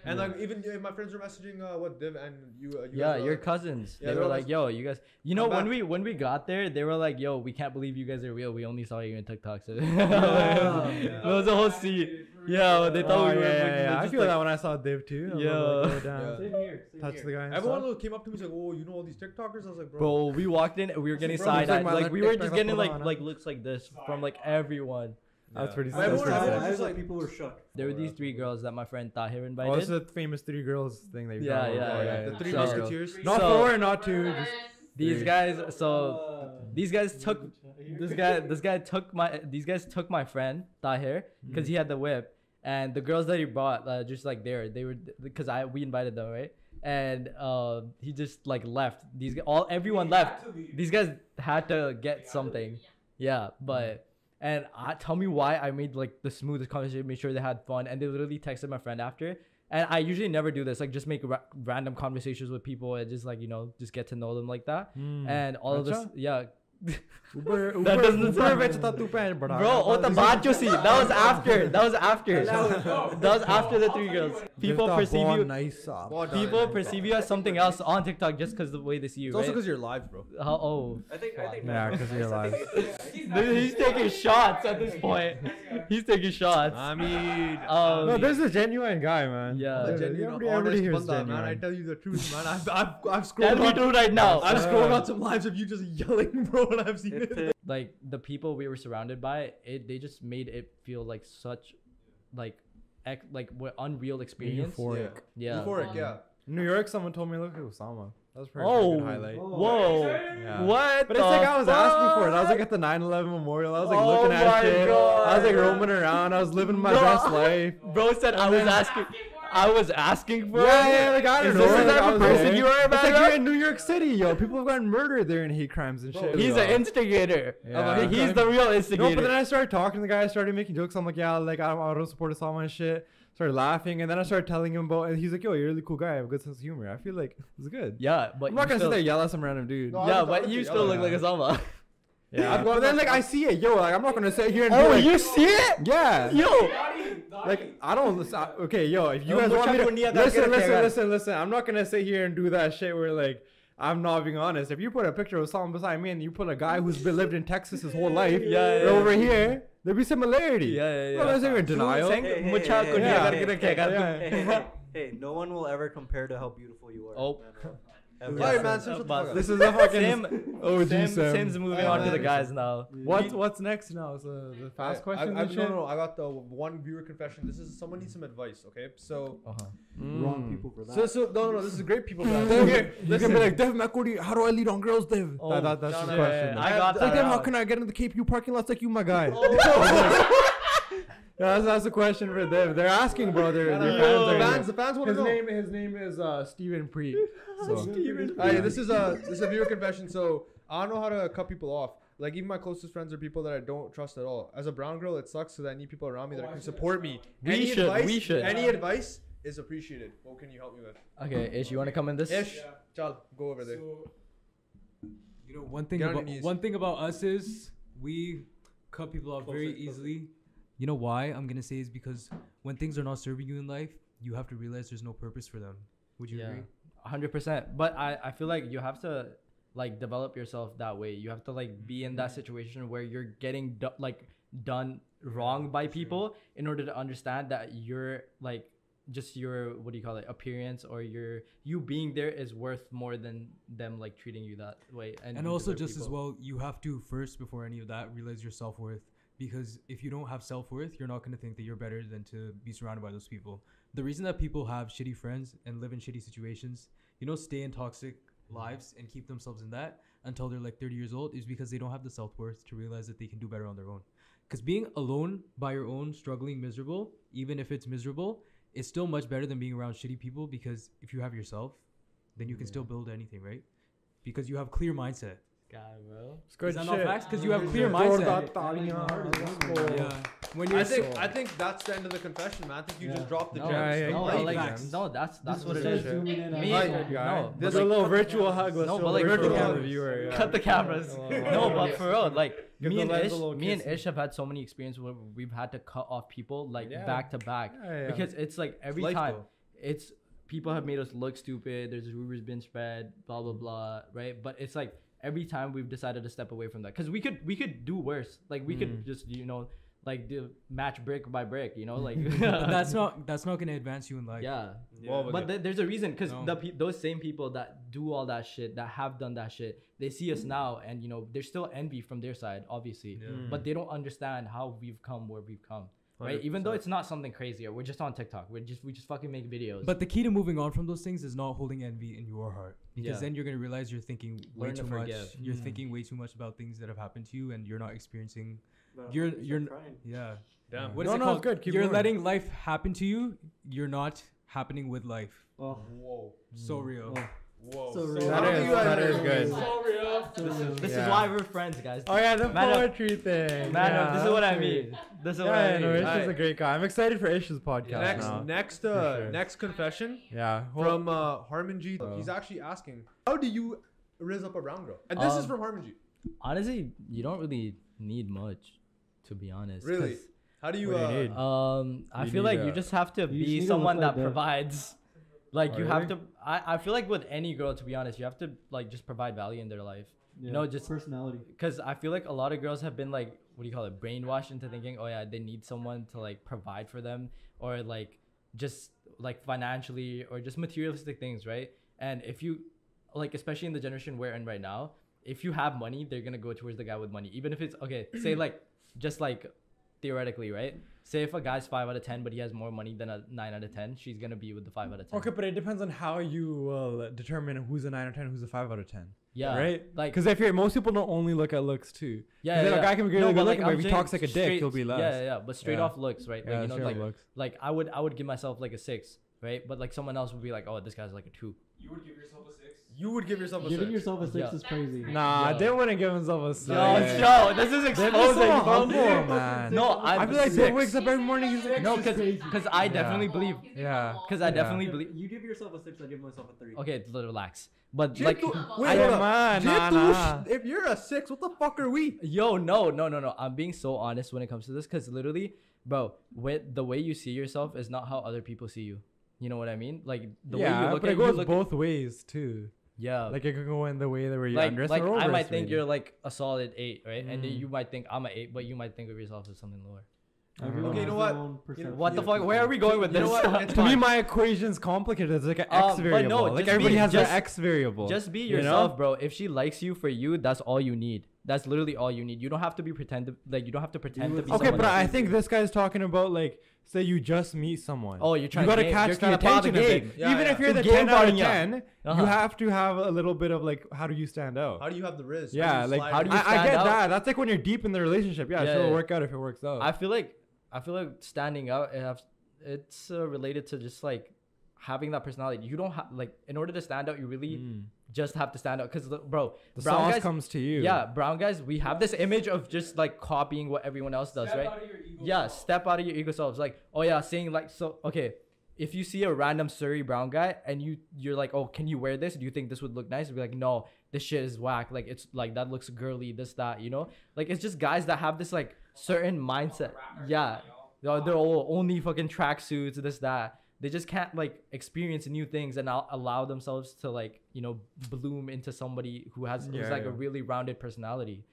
C: And like even uh, my friends were messaging, uh, "What Div and you?" Uh, you guys
B: Yeah,
C: were
B: your
C: like-
B: cousins.
C: Yeah,
B: they
C: they're
B: were
C: all
B: like,
C: just-
B: "Yo, you guys." You know,
C: Come
B: when
C: back.
B: we when we got there, they were like, "Yo, we can't believe you guys are real. We only saw you in (laughs) TikToks." it (laughs)
D: Yeah.
B: was a whole scene. Yeah, well, they
A: Oh,
B: thought we were.
A: yeah, yeah,
B: fucking-
A: yeah.
B: they're
A: I
B: just
A: feel
B: like-
A: that when I saw Dave too. I'm
B: Yeah.
A: like, go down,
D: Same here. Same
A: Touch
D: here.
A: the guy. and
C: everyone
A: stuff.
C: little came up to me he's like, "Oh, you know all these TikTokers?" I was like, "Bro,
B: Bro, we walked in and we were getting
A: Bro, it's like
B: side eyed.
A: my
B: Like
A: left
B: we were
A: dick
B: just
A: back
B: getting
A: up
B: like
A: on,
B: like looks like this from like everyone.
A: That's pretty.
D: I
A: that's
D: was,
C: Everyone-
A: pretty
D: I,
A: sad.
C: everyone-
D: was, I was
C: Just
D: like,
C: like-
D: people were shook.
B: There were these three girls that my friend Tahir
A: Oh, this is
B: invited.
A: the famous three girls thing that you
B: Yeah,
A: got.
B: yeah,
A: Oh,
B: yeah,
C: the
B: yeah.
C: three
B: So-
C: musketeers."
A: Not
B: So-
A: four, not two. Just
B: These
A: Dude.
B: guys, so
D: Uh,
B: these guys took this guy
D: (laughs)
B: this guy took my these guys took my friend Tahir because he had the whip and the girls that he brought uh, just like there they were because I we invited them right and uh, he just like left these g- all everyone left these guys had to get something yeah but and I tell me why I made like the smoothest conversation made sure they had fun and they literally texted my friend after and I usually never do this like just make ra- random conversations with people and just like you know just get to know them like that
A: Hmm.
B: and all of this
A: Gotcha.
B: yeah
A: Uber, Uber,
B: Eh. That doesn't
A: Uber
B: sound-
A: vegetata tu pen, brother.
B: Bro, oh, the bacho see. That was after. That was after. that was after the three girls. People
A: Vegeta
B: perceive
A: born
B: you.
A: Nice up.
C: Well done.
B: People perceive you as something else on TikTok just because the way they see you,
C: It's also
B: right?
C: because you're live, bro.
B: How, oh,
D: I think, I think
E: (laughs)
A: Yeah, because you're alive.
B: Dude, he's taking shots at this point. He's taking shots.
C: I mean,
B: Um,
A: No, this is a genuine guy, man.
B: Yeah.
C: I'm a
B: Dude,
C: genuine,
A: Everybody,
C: honest
A: everybody here is
C: banda, man. I
A: genuine.
C: tell you the truth, man. I've, I've, I've
B: that
C: scrolled
B: we
C: out,
B: do right now.
C: I've
A: Yeah.
C: scrolled out some lives of you just yelling, (laughs) bro, and I've seen it.
B: like the people we were surrounded by, it they just made it feel like such, like, ec- like what unreal experience.
A: Euphoric.
B: Yeah.
C: Euphoric,
B: um,
C: yeah.
A: New York, someone told me, look at Osama. That was probably a
B: Oh.
A: good highlight.
B: Whoa.
A: Yeah.
B: What?
A: But it's like
B: the
A: I was asking for it. I
B: fuck?
A: was like at the 9/11 memorial. I was like
B: Oh
A: looking
B: my
A: at shit. I was like
B: God.
A: roaming around. I was living my
B: (laughs) No.
A: best life.
B: Bro said I was asking. I was asking for
A: Yeah,
B: it.
A: yeah, like I don't
B: Is
A: know.
B: this the
A: like,
B: type
A: I
B: of
A: was
B: person
A: there.
B: you are,
A: It's
B: man,
A: like you're
B: bro?
A: in New York City, yo. People have gotten murdered there in hate crimes and shit.
B: He's
A: yo.
B: an instigator.
A: Yeah.
B: He's the real instigator.
A: No, but then I started talking to the guy. I started making jokes. I'm like, yeah, like I don't, I don't support Osama and shit. Started laughing, and then I started telling him about. And he's like, yo, you're a really cool guy. I have a good sense of humor. I feel like it's good.
B: yeah, but
A: I'm not
B: you still,
A: gonna sit there and yell at some random dude.
C: No, I
B: yeah,
C: was- I
B: but
C: was
B: you
C: the
B: still
A: other
B: look like
A: guy.
B: Osama. (laughs)
A: Yeah. But then like I see it, yo. Like I'm not gonna sit here and
B: Oh,
A: be like,
B: you see it?
A: yeah.
B: Yo.
A: Like I don't listen. I- Okay, yo, if you
B: No,
A: guys want me to
B: mucha ironía
A: listen,
B: que
A: listen,
B: hagan.
A: listen, listen, I'm not gonna sit here and do that shit where like I'm not being honest. If you put a picture of someone beside me and you put a guy who's been lived in Texas his whole life
B: Yeah, yeah,
A: over here, there'd be similarity.
B: Yeah, yeah, yeah.
A: I'm not saying you're in
B: Tú
A: denial.
B: saying-
D: Hey, hey,
B: Mucha
D: hey,
B: ironía
A: yeah.
B: que hagan.
A: Yeah.
D: Hey, hey, hey, hey, no one will ever compare to how beautiful you are.
B: Oh.
D: (laughs) Manuel.
B: Yeah.
D: Ever.
C: Alright, man, so
B: Uh,
C: shut the
B: but
C: fuck up.
A: This is a fucking
B: Sam,
A: OG
B: Sam,
A: Sam.
B: Sam's moving
C: Yeah,
B: on to the
C: man.
B: guys now.
A: What what's next now? So the fast
C: I-
A: questions
C: I, I,
A: and
C: no,
A: shit.
C: no, I got the one viewer confession. This is someone needs some advice. Okay, so
A: Oh,
B: Uh-huh.
D: Wrong people for that.
C: so, so no, no, no, this is great
A: (laughs)
C: people. Guys.
A: Dev,
C: Okay,
A: you can be like Dev McCoody, how do I lead on girls, Dev?
B: Oh,
A: that, that, that's
C: no,
A: his
C: no,
A: question.
C: yeah,
B: I got
A: It's like,
B: that.
A: Dev, how
B: out.
A: can I get into the KPU parking lots like you, my guy? Yeah, (laughs) that's, that's a question for Dev. They're asking, bro. They're,
C: The fans,
A: they're
C: uh, the
A: fans are-
C: fans, the fans want to
A: His
C: know.
A: name, his name is uh, Stephen Pre. So.
C: All right, this is a this is a viewer confession. So I don't know how to cut people off. Like even my closest friends are people that I don't trust at all. As a brown girl, it sucks that I need people around me that
E: Oh, I
C: can
E: should
C: support me.
E: explain.
B: We
C: any
B: should,
C: Advice,
B: we should.
C: Any advice is appreciated. What can you help me with?
B: Okay, Ish, you want to come in this?
C: Ish,
E: Yeah.
C: Chal, go over there.
E: So, you know, one thing
C: Get on your
E: about
C: knees.
E: one thing about us is we cut people off very easily. You know why? I'm gonna say is because when things are not serving you in life, you have to realize there's no purpose for them. Would you
B: Yeah,
E: agree?
B: hundred percent. But I, I feel like you have to like develop yourself that way. You have to like be in that situation where you're getting do- like done wrong by people in order to understand that you're like just your what do you call it appearance or your you being there is worth more than them like treating you that way and
E: And also, just as well, you have to first, before any of that, realize your self worth. Because if you don't have self worth, you're not going to think that you're better than to be surrounded by those people. The reason that people have shitty friends and live in shitty situations, you know, stay in toxic lives and keep themselves in that until they're like 30 years old is because they don't have the self worth to realize that they can do better on their own. Because being alone by your own, struggling, miserable, even if it's miserable, it's still much better than being around shitty people because if you have yourself, then you can still build anything, right? Because you have clear mindset.
B: God, bro.
A: It's good
E: Is that not
A: shit.
E: facts? 'Cause you have clear mindset.
A: mindset.
E: Yeah.
B: (laughs)
E: When you're
C: I
E: so-
C: think I think that's the end of the confession, man. I think you just dropped the
B: No,
C: gems.
A: yeah, yeah,
B: no,
A: yeah.
B: like,
E: Facts.
B: no, that's that's
A: This
B: what it
A: is
B: is.
A: true.
B: Me,
C: Like,
B: no,
A: This
B: but
A: a
B: like-
A: little virtual hug. Let's
B: No,
A: no,
B: but like
A: virtual
B: for
A: hug
B: real.
A: viewer. Yeah.
B: Cut the cameras.
A: Oh,
B: no,
A: wow.
B: but for real, like
A: Give
B: me
A: the
B: and
A: lads a
B: Ish,
A: little
B: me and
A: kiss.
B: Ish have had so many experiences where we've had to cut off people like
A: Yeah.
B: back to back
A: Yeah, yeah.
B: because it's like every
C: life,
B: time
C: though.
B: it's people have made us look stupid. There's rumors been spread, blah blah blah, right? But it's like every time we've decided to step away from that because we could we could do worse. Like we could just you know like do match brick by brick, you know, like (laughs)
E: But that's not that's not gonna advance you in life.
B: yeah.
C: Well,
B: But th- there's a reason because
E: No.
B: the pe- those same people that do all that shit, that have done that shit, they see us now, and you know, there's still envy from their side, obviously, but they don't understand how we've come where we've come, right? Even though it's not something crazy, or we're just on TikTok, we're just we just fucking make videos.
E: But the key to moving on from those things is not holding envy in your heart, because
B: Yeah.
E: then you're gonna realize you're thinking way
B: Learn to
E: too much.
B: forgive. Mm.
E: You're thinking way too much about things that have happened to you, and you're not experiencing.
D: No,
E: You're-
D: stop
E: you're-
D: crying.
E: Yeah.
C: Damn.
E: What is
A: No,
E: it
A: no, it's
E: called?
A: good. Keep
E: you're
A: going.
E: letting life happen to you. You're not happening with life.
D: Oh.
C: Whoa,
E: So
A: Mm.
E: real.
A: Oh.
C: whoa.
D: So real.
C: I
A: That
C: don't
A: is,
C: think you
A: that
C: had-
A: is good.
B: this
A: Yeah.
B: is why we're friends, guys.
A: Oh yeah, the
B: Man up.
A: poetry thing.
B: Man,
A: yeah,
B: this is what I
A: that's sweet.
B: mean. This is what
A: Yeah,
B: I
A: no, Ish
B: mean.
A: is a great guy. I'm excited for Ish's podcast
C: Next,
A: now.
C: next, uh,
A: sure.
C: next confession.
A: Yeah. Well,
C: from uh, Harmanji.
A: Oh.
C: He's actually asking, how do you rizz up a brown girl? And this is
B: Um,
C: from Harmanji.
B: Honestly, you don't really need much, to be honest.
C: Really?
B: 'cause
C: How do you?
A: what do you
C: uh,
A: need?
B: Um, I
A: You
B: feel
A: need
B: like you
A: a-
B: just have to
D: just need
B: be
D: to look
B: someone
D: like
B: that
D: that.
B: provides. Like
A: Oh,
B: you have
A: really?
B: to. I, I feel like with any girl, to be honest, you have to like just provide value in their life.
D: Yeah.
B: No, just
D: personality.
B: because I feel like a lot of girls have been like, what do you call it, brainwashed into thinking, oh yeah, they need someone to like provide for them or like just like financially or just materialistic things, right? And if you like, especially in the generation we're in right now, if you have money, they're gonna go towards the guy with money, even if it's okay.
A: (clears throat)
B: Say like, just like theoretically, right? Say if a guy's five out of ten, but he has more money than a nine out of ten, she's gonna be with the five out of ten.
A: Okay, but it depends on how you will determine who's a nine or ten, who's a five out of ten.
B: Yeah.
A: Right?
B: Like,
A: Because if you're most people don't only look at looks too.
B: Yeah,
A: 'Cause
B: yeah.
A: then a guy
B: yeah.
A: can be really
B: but,
A: good looking,
B: I'm
A: but if he
B: saying
A: talks like a dick,
B: straight-
A: he'll be less.
B: Yeah, yeah, yeah, but straight
A: Yeah.
B: off looks, right? Like
A: Yeah,
B: you know,
A: straight off
B: like
A: looks.
B: like I would I would give myself like a six, right? But like someone else would be like, oh, this guy's like a two.
E: You would give yourself a six.
C: you would give yourself a
D: Giving
C: six.
D: yourself a six
B: Yeah.
D: is crazy.
A: Nah,
B: Yo.
A: they wouldn't give himself a six.
B: Yo,
A: Yeah.
B: yo, this is
A: They're just
B: exposing,
A: so
B: bro.
A: humble, man.
B: No, I'm
A: I feel like Dave
B: six.
A: wakes up every morning. He's like,
B: no, because
D: crazy.
B: because I
A: Yeah.
B: definitely believe
A: Yeah.
B: because I
A: Yeah.
B: definitely
D: You
B: believe.
D: give yourself a six, I give myself a three.
B: Okay, l- relax. But
C: J.
B: like,
C: Cole- wait,
B: I-
C: hold
B: Come
C: up.
B: on,
C: J.
B: nah,
C: Cole,
B: nah.
C: sh- If you're a six, what the fuck are we?
B: Yo, no, no, no, no. I'm being so honest when it comes to this because literally, bro, when, the way you see yourself is not how other people see you. You know what I mean? Like the way
A: yeah,
B: you look
A: but
B: at
A: it
B: you
A: goes
B: look,
A: both ways too.
B: yeah. Like,
A: Like it could go in the way that where you
B: like,
A: underestimate
B: like
A: or
B: I might
A: overestimate
B: think
A: it.
B: you're like a solid eight, right? And then
A: Mm.
B: you might think I'm an eight, but you might think of yourself as something lower.
A: I don't
D: Everyone
C: Okay, you
D: has
C: know
D: their
C: what?
D: own
C: You know-
D: perception
B: What the
D: of
B: fuck? Where
D: people.
B: are we going with
C: You
B: this?
C: know
B: (laughs)
C: what? It's
A: To me,
C: fine.
A: my equation's complicated. It's like an
B: Um,
A: X
B: but no,
A: variable. like
B: just
A: everybody
B: be-
A: has
B: just-
A: their X variable.
B: Just be
A: you know?
B: yourself, bro. If she likes you for you, that's all you need. That's literally all you need. You don't have to be pretend to, like you don't have to pretend to
D: would-
B: be
A: Okay,
B: someone
A: but
B: else.
A: I think this guy's talking about like, say you just meet someone.
B: Oh, you're trying
A: You
B: to
A: gotta
B: game-
A: catch
B: you're trying to
A: their
B: play the
A: attention a bit.
B: game.
C: Yeah,
A: Even
C: yeah.
A: if you're
B: You're
A: the
B: game
A: ten out of
B: botting up.
A: 10
B: Uh-huh.
A: you have to have a little bit of like, how do you stand out?
C: How do you have the riz?
A: yeah, like
B: How do you
A: I, I
B: stand
A: get
B: out?
A: that. That's like when you're deep in the relationship. Yeah,
B: Yeah,
A: sure, it'll
B: yeah.
A: work out if it works out. Mm.
B: I feel like I feel like standing out. It have, it's uh, related to just like having that personality. You don't have like in order to stand out, you really
A: Mm.
B: just have to stand out. Cause look, bro,
A: the
B: brown
A: sauce
B: guys,
A: comes to you.
B: yeah, brown guys, we have this image of just like copying what everyone else does, right? yeah, step out of your ego selves. Like, oh yeah, saying like so. Okay, if you see a random Surrey brown guy and you you're like, oh, can you wear this? Do you think this would look nice? Be like, no, this shit is whack. Like it's like that looks girly. This that you know. Like it's just guys that have this like certain mindset. Yeah, they're, they're all only fucking tracksuits. This that. They just can't like experience new things and al- allow themselves to like you know bloom into somebody who has who's
A: Yeah,
B: like a
A: yeah.
B: really rounded personality,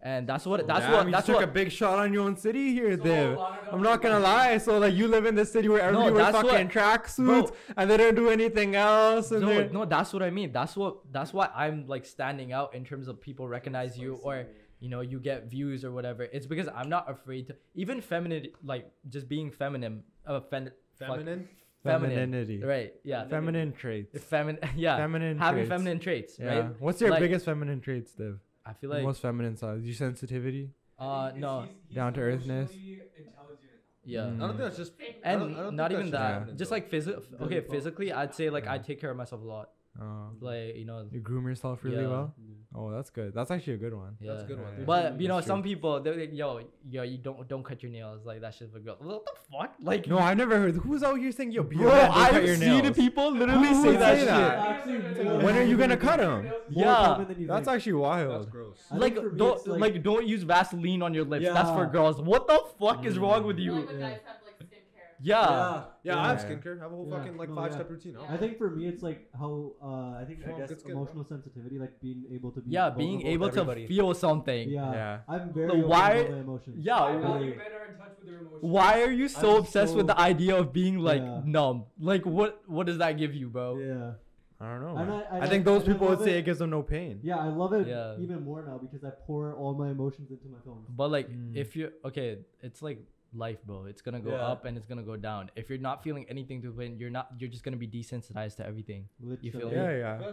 B: and that's what that's
A: Damn,
B: what
A: you
B: that's
A: took
B: what
A: a big shot on your own city here, Dev.
D: uh,
E: Lonagan-
A: I'm not gonna lie. So like, you live in this city where everybody wears
B: that's
A: fucking
B: Bro.
A: tracksuits and they don't do anything else. And
B: no,
A: they're-
B: no, that's what I mean. That's what that's why I'm like standing out in terms of people recognize you or you know you get views or whatever. It's because I'm not afraid to even feminine like just being feminine, uh, fen- fuck,
C: feminine?
B: feminine,
A: Femininity.
B: right? Yeah,
A: Feminine traits.
B: feminine, (laughs) yeah,
A: Feminine
B: having
A: traits.
B: feminine traits,
A: Yeah.
B: right?
A: What's your
B: Like,
A: biggest feminine traits, Dev?
B: I feel like
A: Most feminine sides. Your sensitivity.
B: uh no,
A: Down to earthness.
B: yeah.
A: Mm.
C: I don't think that's just. I don't, I don't
B: And
C: think
B: not
C: that's
B: even that,
A: feminine,
B: just like physical. Okay, physically, I'd say like I take care of myself a lot.
A: Oh.
B: Like you know,
A: You groom yourself really
B: Yeah. Mm-hmm.
A: well. Oh, that's good. That's actually a good one.
B: yeah.
C: That's a good one.
A: Yeah.
B: But you know,
A: That's
B: some people they're like, "Yo, yo, you don't don't cut your nails like that shit for girls." What the fuck? Like,
A: No, I've never heard. Who's out here saying, "Yo, be a
B: bro,
A: man, don't cut
B: I've
A: your
B: seen
A: nails."
B: people literally
A: Who
B: say
A: would
B: that
A: say
B: shit.
A: that? When are you gonna cut them?
D: More
B: Yeah.
D: common than you
A: That's
D: think.
A: actually
C: That's
A: wild.
C: gross.
D: I think
B: Like,
D: for me,
B: don't
D: it's
B: like, don't use Vaseline on your lips. That's for
D: Yeah.
B: girls. What the fuck is wrong with you?
G: Like when guys have like skincare.
B: Yeah.
D: yeah.
C: Yeah, I have
A: Yeah.
C: skincare. I have a whole
D: Yeah.
C: fucking like
D: No,
C: five
D: yeah.
C: step routine. I'll-
D: I think for me, it's like how uh, I think
C: Well,
D: I guess
C: it's good, bro.
D: emotional sensitivity, like being able to be
B: yeah, being
D: vulnerable
B: able
D: with
B: to
D: everybody.
B: feel something. Yeah.
D: Yeah.
A: Yeah.
D: I'm very
B: The
D: open
B: wire-
D: about my emotions.
B: why-
D: Very-
B: Why are you so
D: I'm
B: obsessed with
D: so-
B: the idea of being like
D: Yeah.
B: numb? Like, what what does that give you, bro?
D: yeah.
A: I don't know.
D: And
A: man.
D: I-
A: I,
D: and
A: think
D: I-
A: those
D: and I
A: people would
D: love
A: say
D: it.
A: it gives them no pain.
D: Yeah, I love it
B: Yeah.
D: even more now because I pour all my emotions into my films.
B: But like,
A: Mm.
B: if you're okay, it's like life, bro. It's gonna go
C: Yeah.
B: up and it's gonna go down. If you're not feeling anything to win, you're not. You're just gonna be desensitized to everything.
D: Literally.
B: feel me?
A: Yeah, yeah.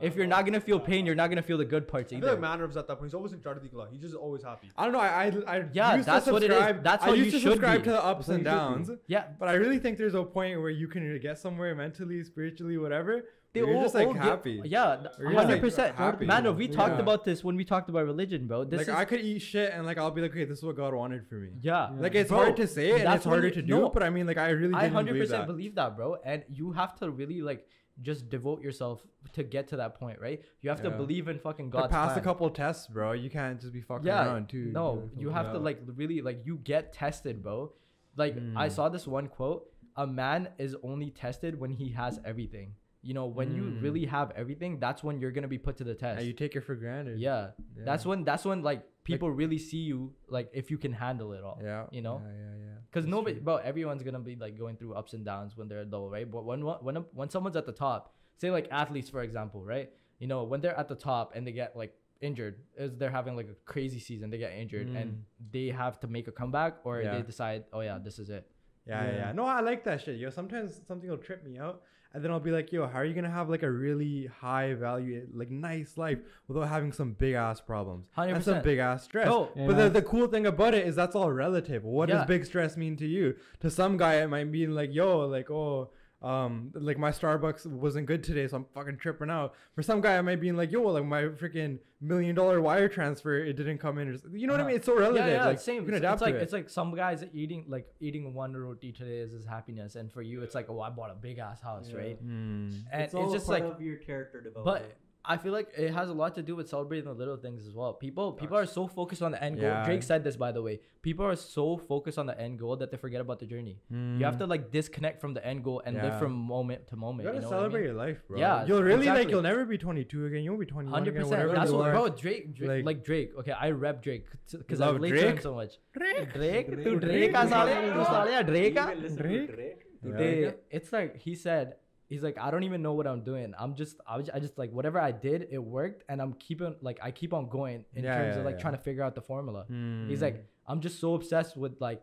B: If you're not gonna feel pain, you're not gonna feel the good parts
C: I feel like
B: either.
C: Manner's at that point. He's always in Chardigla. He's just always happy.
A: I don't know. I I, I
B: Yeah,
A: used
B: that's
A: to
B: what it is.
A: subscribe.
B: That's
A: I
B: how you
A: used to
B: should
A: subscribe
B: be.
A: to the ups
D: how
A: and
D: you should be.
A: downs.
B: Yeah,
A: But I really think there's a point where you can get somewhere mentally, spiritually, whatever.
B: they
A: where you're
B: all,
A: just like
B: all get-
A: happy.
B: yeah, th-
A: You're just, like,
B: hundred percent.
A: happy.
B: Man, we talked
A: Yeah.
B: about this when we talked about religion, bro. This
A: like
B: is
A: I could eat shit and like I'll be like, okay, this is what God wanted for me.
B: yeah.
A: Like it's
B: Bro,
A: hard to say it and
B: that's
A: it's
B: when
A: harder
B: you-
A: to do.
B: no,
A: but I mean, like I really
B: I
A: didn't
B: hundred
A: believe
B: percent
A: that.
B: believe that, bro. And you have to really like just devote yourself to get to that point, right? You have to
A: Yeah.
B: believe in fucking
A: Like,
B: God's
A: pass a
B: plan.
A: couple tests, bro. You can't just be fucking around too.
B: No, you have to
A: Yeah.
B: like really like you get tested, bro. Like I
A: Mm.
B: saw this one quote: "A man is only tested when he has everything." You know, when you
A: Mm.
B: really have everything, that's when you're gonna be put to the
A: Yeah,
B: test.
A: you take it for granted.
B: yeah.
A: Yeah.
B: that's when that's when like people really see you like if you can handle it all.
A: yeah.
B: you know?
A: Yeah, yeah, yeah.
B: Because
A: That's
B: nobody,
A: true.
B: bro, everyone's gonna be like going through ups and downs when they're low, right? But when one- when a- when someone's at the top, say like athletes for example, right? You know, when they're at the top and they get like injured, is they're having like a crazy season, they get injured and they have to make a comeback, or
A: Mm. Yeah.
B: they decide, oh yeah, this is it.
A: Yeah, yeah,
D: Yeah.
A: yeah. No, I like that shit. Yo, sometimes something will trip me out, and then I'll be like, yo, how are you gonna have like a really high value, like nice life without having some big ass problems and some
B: 100%.
A: big ass stress?
B: Bro,
A: But the,
D: Yeah.
A: the cool thing about it is that's all relative. What
B: Oh, Yeah.
A: does big stress mean to you? To some guy, it might mean like, yo, like, oh, uh, um, like my Starbucks wasn't good today, so I'm fucking tripping out. For some guy, I might be like, yo, like my freaking million dollar wire transfer, it didn't come in. Or, s- you know what I
B: Uh-huh.
A: mean? It's so relative.
B: Yeah, yeah,
A: like,
B: same.
A: You can
B: It's,
A: adapt
B: it's like
A: to it.
B: it's like some guys are eating like eating one roti today is his happiness, and for you it's like oh I bought a big ass house,
D: Yeah.
B: right?
E: Mm.
B: And
D: it's,
B: it's,
D: all a
B: just
D: part
B: like,
D: of your character development.
B: but I feel like it has a lot to do with celebrating the little things as well. People people are so focused on the end goal.
A: Yeah.
B: Drake said this by the way. People are so focused on the end goal that they forget about the journey. You have to like disconnect from the end goal and live
A: Yeah.
B: from moment to
A: you
B: moment. You,
A: gotta
B: know what I
A: celebrate
B: mean?
A: your life, bro.
B: Yeah,
A: you'll really like
B: exactly.
A: you'll never be 22 again. You'll be 21
B: Hundred
A: again.
B: percent.
A: whatever
B: That's
A: you
B: what,
A: are.
B: bro. Drake, Drake like,
A: Like-
B: Drake. Okay, I rep Drake because I
A: Love
B: relate to him
A: Drake?
B: so much.
A: Drake.
B: Drake,
D: Drake,
B: dude,
A: Drake,
B: Drake, I saw
A: Drake.
B: it. You saw it,
D: You
B: Drake. ah?
D: even listen to
A: Drake?
D: Drake?
A: Yeah.
B: They, it's like he said, he's like, I don't even know what I'm doing. I'm just, I, was, I just like whatever I did, it worked, and I'm keeping like I keep on going in
A: Yeah,
B: terms
A: yeah,
B: of like
A: yeah. Mm-hmm.
B: trying to figure out the formula.
A: Hmm.
B: He's like, I'm just so obsessed with like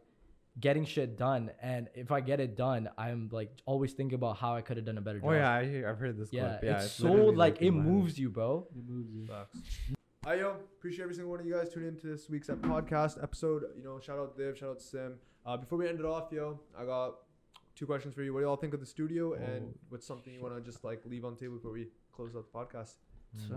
B: getting shit done, and if I get it done, I'm like always thinking about how I could have done a better job.
A: Oh yeah, I, hear- I've heard this
B: yeah.
A: clip. Yeah,
B: it's, so
A: literally,
B: like it
A: in my head.
B: moves you, bro.
D: It moves you.
C: I yo, appreciate every single one of you guys tuning into this week's ep- podcast episode. You know, shout out Div, shout out Sim. Uh, before we end it off, yo, I got two questions for you. What do y'all think of the
B: Oh.
C: studio, and what's something you want to just like leave on the table before we close out the podcast?
B: So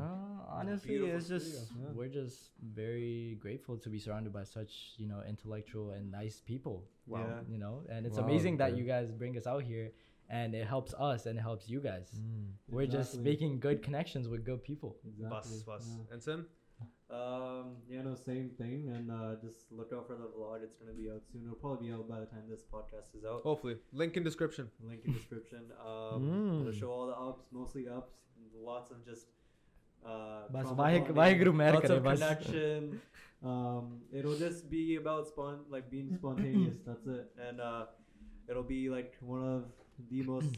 B: honestly,
D: beautiful
B: it's just
A: studio, Mm. yeah.
B: we're just very grateful to be surrounded by such you know intellectual and nice people.
D: Wow. Yeah.
B: you know, and it's
A: Wow,
B: amazing that
A: okay.
B: you guys bring us out here, and it helps us and it helps you guys.
A: Mm, Hmm.
B: We're just
D: Exactly.
B: making good connections with good people.
D: Exactly.
C: Bus, bus,
D: yeah.
C: and Sim.
D: Um, yeah, no, same thing. And uh, just look out for the vlog. It's going to be out soon. It'll probably be out by the time this podcast is out.
C: Hopefully, link in description.
D: Link in description. Um, It'll show all the ups, mostly ups, lots of just. Uh,
B: Bas,
D: trauma
B: waheg-
D: bonding,
B: waheguru meher
D: lots
B: kare
D: of
B: bas.
D: connection. um, it'll just be about spon- like being spontaneous. that's it, and uh, it'll be like one of the most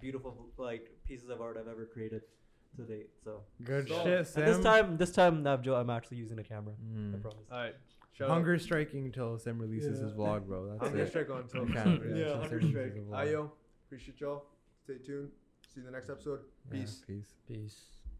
D: beautiful like pieces of art I've ever created to date. So
A: Good
C: So,
A: shit,
D: and this
A: Sam. Hmm.
D: time, this time, Navjo, I'm actually using a camera. I promise.
C: All right, shout
A: Hunger striking until Sam releases
D: Yeah.
A: his vlog, bro.
C: Out.
A: That's
C: Hunger
A: it.
C: strike on.
A: You
C: (laughs) Till
A: can't-
D: Yeah,
A: until
D: hunger
A: Sam releases
D: strike.
A: his
C: I
A: vlog.
C: yo, appreciate y'all. Stay tuned. See you in the next episode.
A: Yeah,
C: Peace.
A: Peace.
B: Peace.